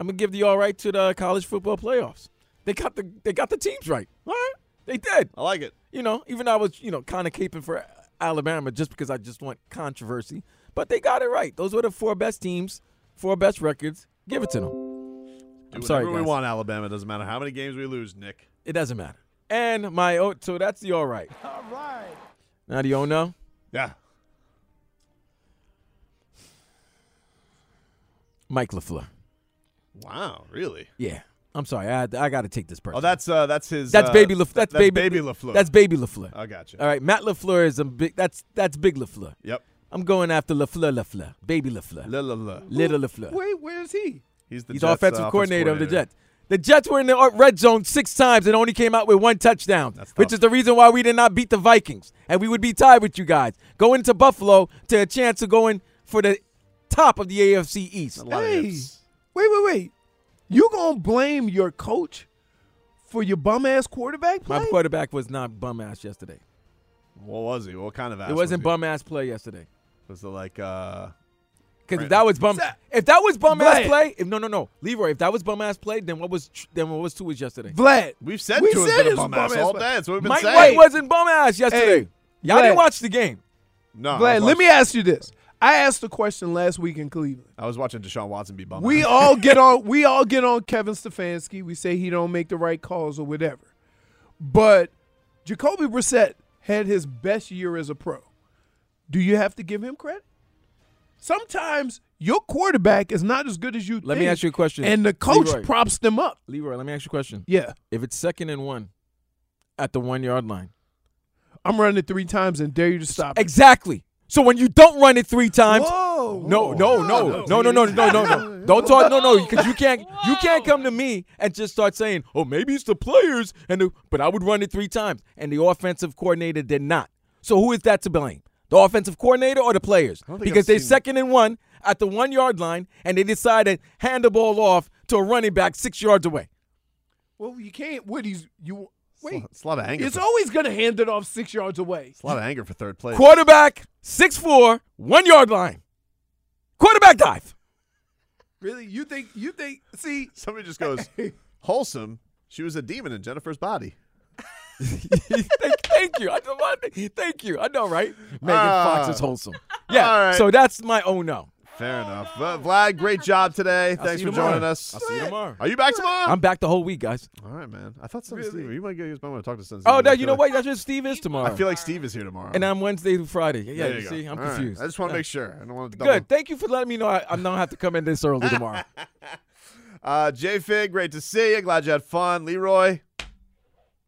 Speaker 4: I'm gonna give the all right to the college football playoffs. They got the they got the teams right. All right, they did.
Speaker 2: I like it.
Speaker 4: You know, even though I was you know kind of caping for Alabama just because I just want controversy, but they got it right. Those were the four best teams, four best records. Give it to them.
Speaker 2: Do
Speaker 4: I'm sorry,
Speaker 2: whatever we
Speaker 4: guys.
Speaker 2: want Alabama. Doesn't matter how many games we lose, Nick.
Speaker 4: It doesn't matter. And my oh, so that's the all right. All right. Now the oh no.
Speaker 2: Yeah.
Speaker 4: Mike Lefleur.
Speaker 2: Wow. Really.
Speaker 4: Yeah, I'm sorry. I I got to take this person.
Speaker 2: Oh, that's uh, that's his.
Speaker 4: that's
Speaker 2: uh,
Speaker 4: baby. Lef- that's,
Speaker 2: that's
Speaker 4: baby.
Speaker 2: baby Lafleur.
Speaker 4: That's baby Lefleur.
Speaker 2: I got you.
Speaker 4: All right, Matt Lefleur is a big. That's that's big Lefleur.
Speaker 2: Yep.
Speaker 4: I'm going after Lafleur, Lafleur, baby Lafleur,
Speaker 2: La, la, la.
Speaker 4: little Lafleur.
Speaker 3: Wait, where's he?
Speaker 2: He's the
Speaker 4: He's
Speaker 2: Jets,
Speaker 4: offensive
Speaker 2: uh,
Speaker 4: coordinator, of the
Speaker 2: coordinator.
Speaker 4: Jets. The Jets were in the uh, red zone six times and only came out with one touchdown,
Speaker 2: That's
Speaker 4: which
Speaker 2: tough.
Speaker 4: is the reason why we did not beat the Vikings, and we would be tied with you guys. Go into Buffalo to a chance of going for the top of the AFC East.
Speaker 2: A lot of
Speaker 3: Hey.
Speaker 2: ifs.
Speaker 3: Wait, wait, wait. You gonna blame your coach for your bum ass quarterback play?
Speaker 4: My quarterback was not bum ass yesterday.
Speaker 2: What was he? What kind of ass?
Speaker 4: it
Speaker 2: was
Speaker 4: wasn't
Speaker 2: he?
Speaker 4: bum ass play yesterday.
Speaker 2: Was it like uh?
Speaker 4: Because
Speaker 2: Right.
Speaker 4: if that was bum,
Speaker 3: Zach.
Speaker 4: if that was bum ass
Speaker 3: Vlad.
Speaker 4: play, if no, no, no, Leroy, if that was bum ass play, then what was tr- then what was two was yesterday?
Speaker 3: Vlad.
Speaker 2: We've said
Speaker 3: We
Speaker 2: to
Speaker 3: said
Speaker 2: has been
Speaker 3: it's
Speaker 2: a
Speaker 3: a
Speaker 2: bum ass
Speaker 3: bum-ass
Speaker 2: all
Speaker 3: play.
Speaker 2: day. That's what we've been
Speaker 4: Mike
Speaker 2: saying.
Speaker 4: White wasn't bum ass yesterday.
Speaker 3: Hey,
Speaker 4: Y'all didn't
Speaker 3: Vlad.
Speaker 4: watch the game.
Speaker 2: No, I
Speaker 3: Vlad,
Speaker 2: was
Speaker 3: let me
Speaker 2: watching-
Speaker 3: ask you this. I asked the question last week in Cleveland.
Speaker 2: I was watching Deshaun Watson be bum.
Speaker 3: We
Speaker 2: ass.
Speaker 3: all get on. We all get on Kevin Stefanski. We say he don't make the right calls or whatever. But Jacoby Brissett had his best year as a pro. Do you have to give him credit? Sometimes your quarterback is not as good as you.
Speaker 4: Let me
Speaker 3: think,
Speaker 4: ask you a question,
Speaker 3: And the coach
Speaker 4: Leroy.
Speaker 3: props them up.
Speaker 4: Leroy, let me ask you a question.
Speaker 3: Yeah,
Speaker 4: If it's second and one at the one yard line,
Speaker 3: I'm running it three times and dare you to stop. it.
Speaker 4: exactly. So when you don't run it three times,
Speaker 3: Whoa!
Speaker 2: Oh.
Speaker 4: no, no, no, no, no, no, no, no, no. Don't talk, no, no, because you can't, you can't come to me and just start saying, oh, maybe it's the players, and the, but I would run it three times, and the offensive coordinator did not. So who is that to blame? The offensive coordinator or the players?
Speaker 2: don't think I've
Speaker 4: Because they're
Speaker 2: seen-
Speaker 4: second and one at the one yard line, and they decide to hand the ball off to a running back six yards away.
Speaker 3: Well, you can't. What he's you wait.
Speaker 2: It's a lot of anger.
Speaker 3: It's
Speaker 2: for-
Speaker 3: always gonna hand it off six yards away.
Speaker 2: It's a lot of anger for third place.
Speaker 4: Quarterback, six four, one yard line. Quarterback dive.
Speaker 3: Really? You think? You think? See,
Speaker 2: Somebody just goes, wholesome. She was a demon in Jennifer's body.
Speaker 4: thank, thank you. I don't want to- thank you. I know, right? Megan Fox
Speaker 2: Ah.
Speaker 4: is wholesome. Yeah.
Speaker 2: All right.
Speaker 4: So that's my oh no.
Speaker 2: Fair enough. But Vlad, great job today.
Speaker 4: I'll
Speaker 2: Thanks
Speaker 4: see
Speaker 2: for
Speaker 4: you tomorrow.
Speaker 2: joining us.
Speaker 4: I'll see you tomorrow.
Speaker 2: Are you back tomorrow?
Speaker 4: I'm back the whole week, guys.
Speaker 2: All right, man. I thought Son of Steve. You might get you might want to talk to Son of Steve.
Speaker 4: Oh,
Speaker 2: I
Speaker 4: no, you
Speaker 2: feel
Speaker 4: know
Speaker 2: like-
Speaker 4: what? That's what Steve is tomorrow.
Speaker 2: I feel like Steve is here tomorrow.
Speaker 4: and I'm Wednesday through Friday. Yeah,
Speaker 2: There
Speaker 4: you
Speaker 2: go.
Speaker 4: see, I'm
Speaker 2: All right.
Speaker 4: confused.
Speaker 2: I just want to make sure. I don't want to double.
Speaker 4: Good. Thank you for letting me know I, I'm not have to come in this early tomorrow.
Speaker 2: Uh, J Fig, great to see you. Glad you had fun, Leroy.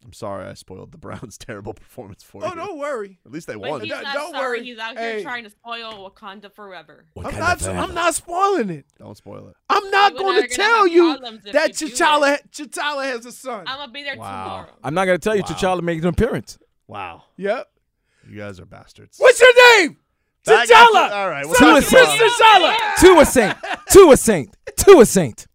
Speaker 2: I'm sorry I spoiled the Browns' terrible performance for
Speaker 3: oh,
Speaker 2: you.
Speaker 3: don't worry.
Speaker 2: At least they
Speaker 7: But
Speaker 2: won.
Speaker 7: he's
Speaker 3: No,
Speaker 7: not
Speaker 3: don't
Speaker 7: sorry.
Speaker 3: worry.
Speaker 7: He's out
Speaker 3: Hey.
Speaker 7: here trying to spoil Wakanda forever.
Speaker 3: I'm not. I'm not spoiling it.
Speaker 2: Don't spoil it.
Speaker 3: I'm not
Speaker 7: You and I
Speaker 3: going
Speaker 7: are
Speaker 3: to
Speaker 7: gonna
Speaker 3: tell
Speaker 7: have
Speaker 3: you
Speaker 7: problems if
Speaker 3: that
Speaker 7: you do
Speaker 3: Chitala Chitala has a son.
Speaker 7: I'm gonna be there
Speaker 2: Wow.
Speaker 7: tomorrow.
Speaker 4: I'm not going to tell you
Speaker 2: Wow.
Speaker 4: T'Challa made an appearance.
Speaker 2: Wow,
Speaker 3: yep.
Speaker 2: you guys are bastards.
Speaker 3: What's your name?
Speaker 2: Back-
Speaker 3: T'Challa.
Speaker 2: All right, we'll
Speaker 3: Son
Speaker 4: talk
Speaker 3: of
Speaker 4: tomorrow.
Speaker 3: Prince T'Challa.
Speaker 4: To a saint. To a saint. To a saint.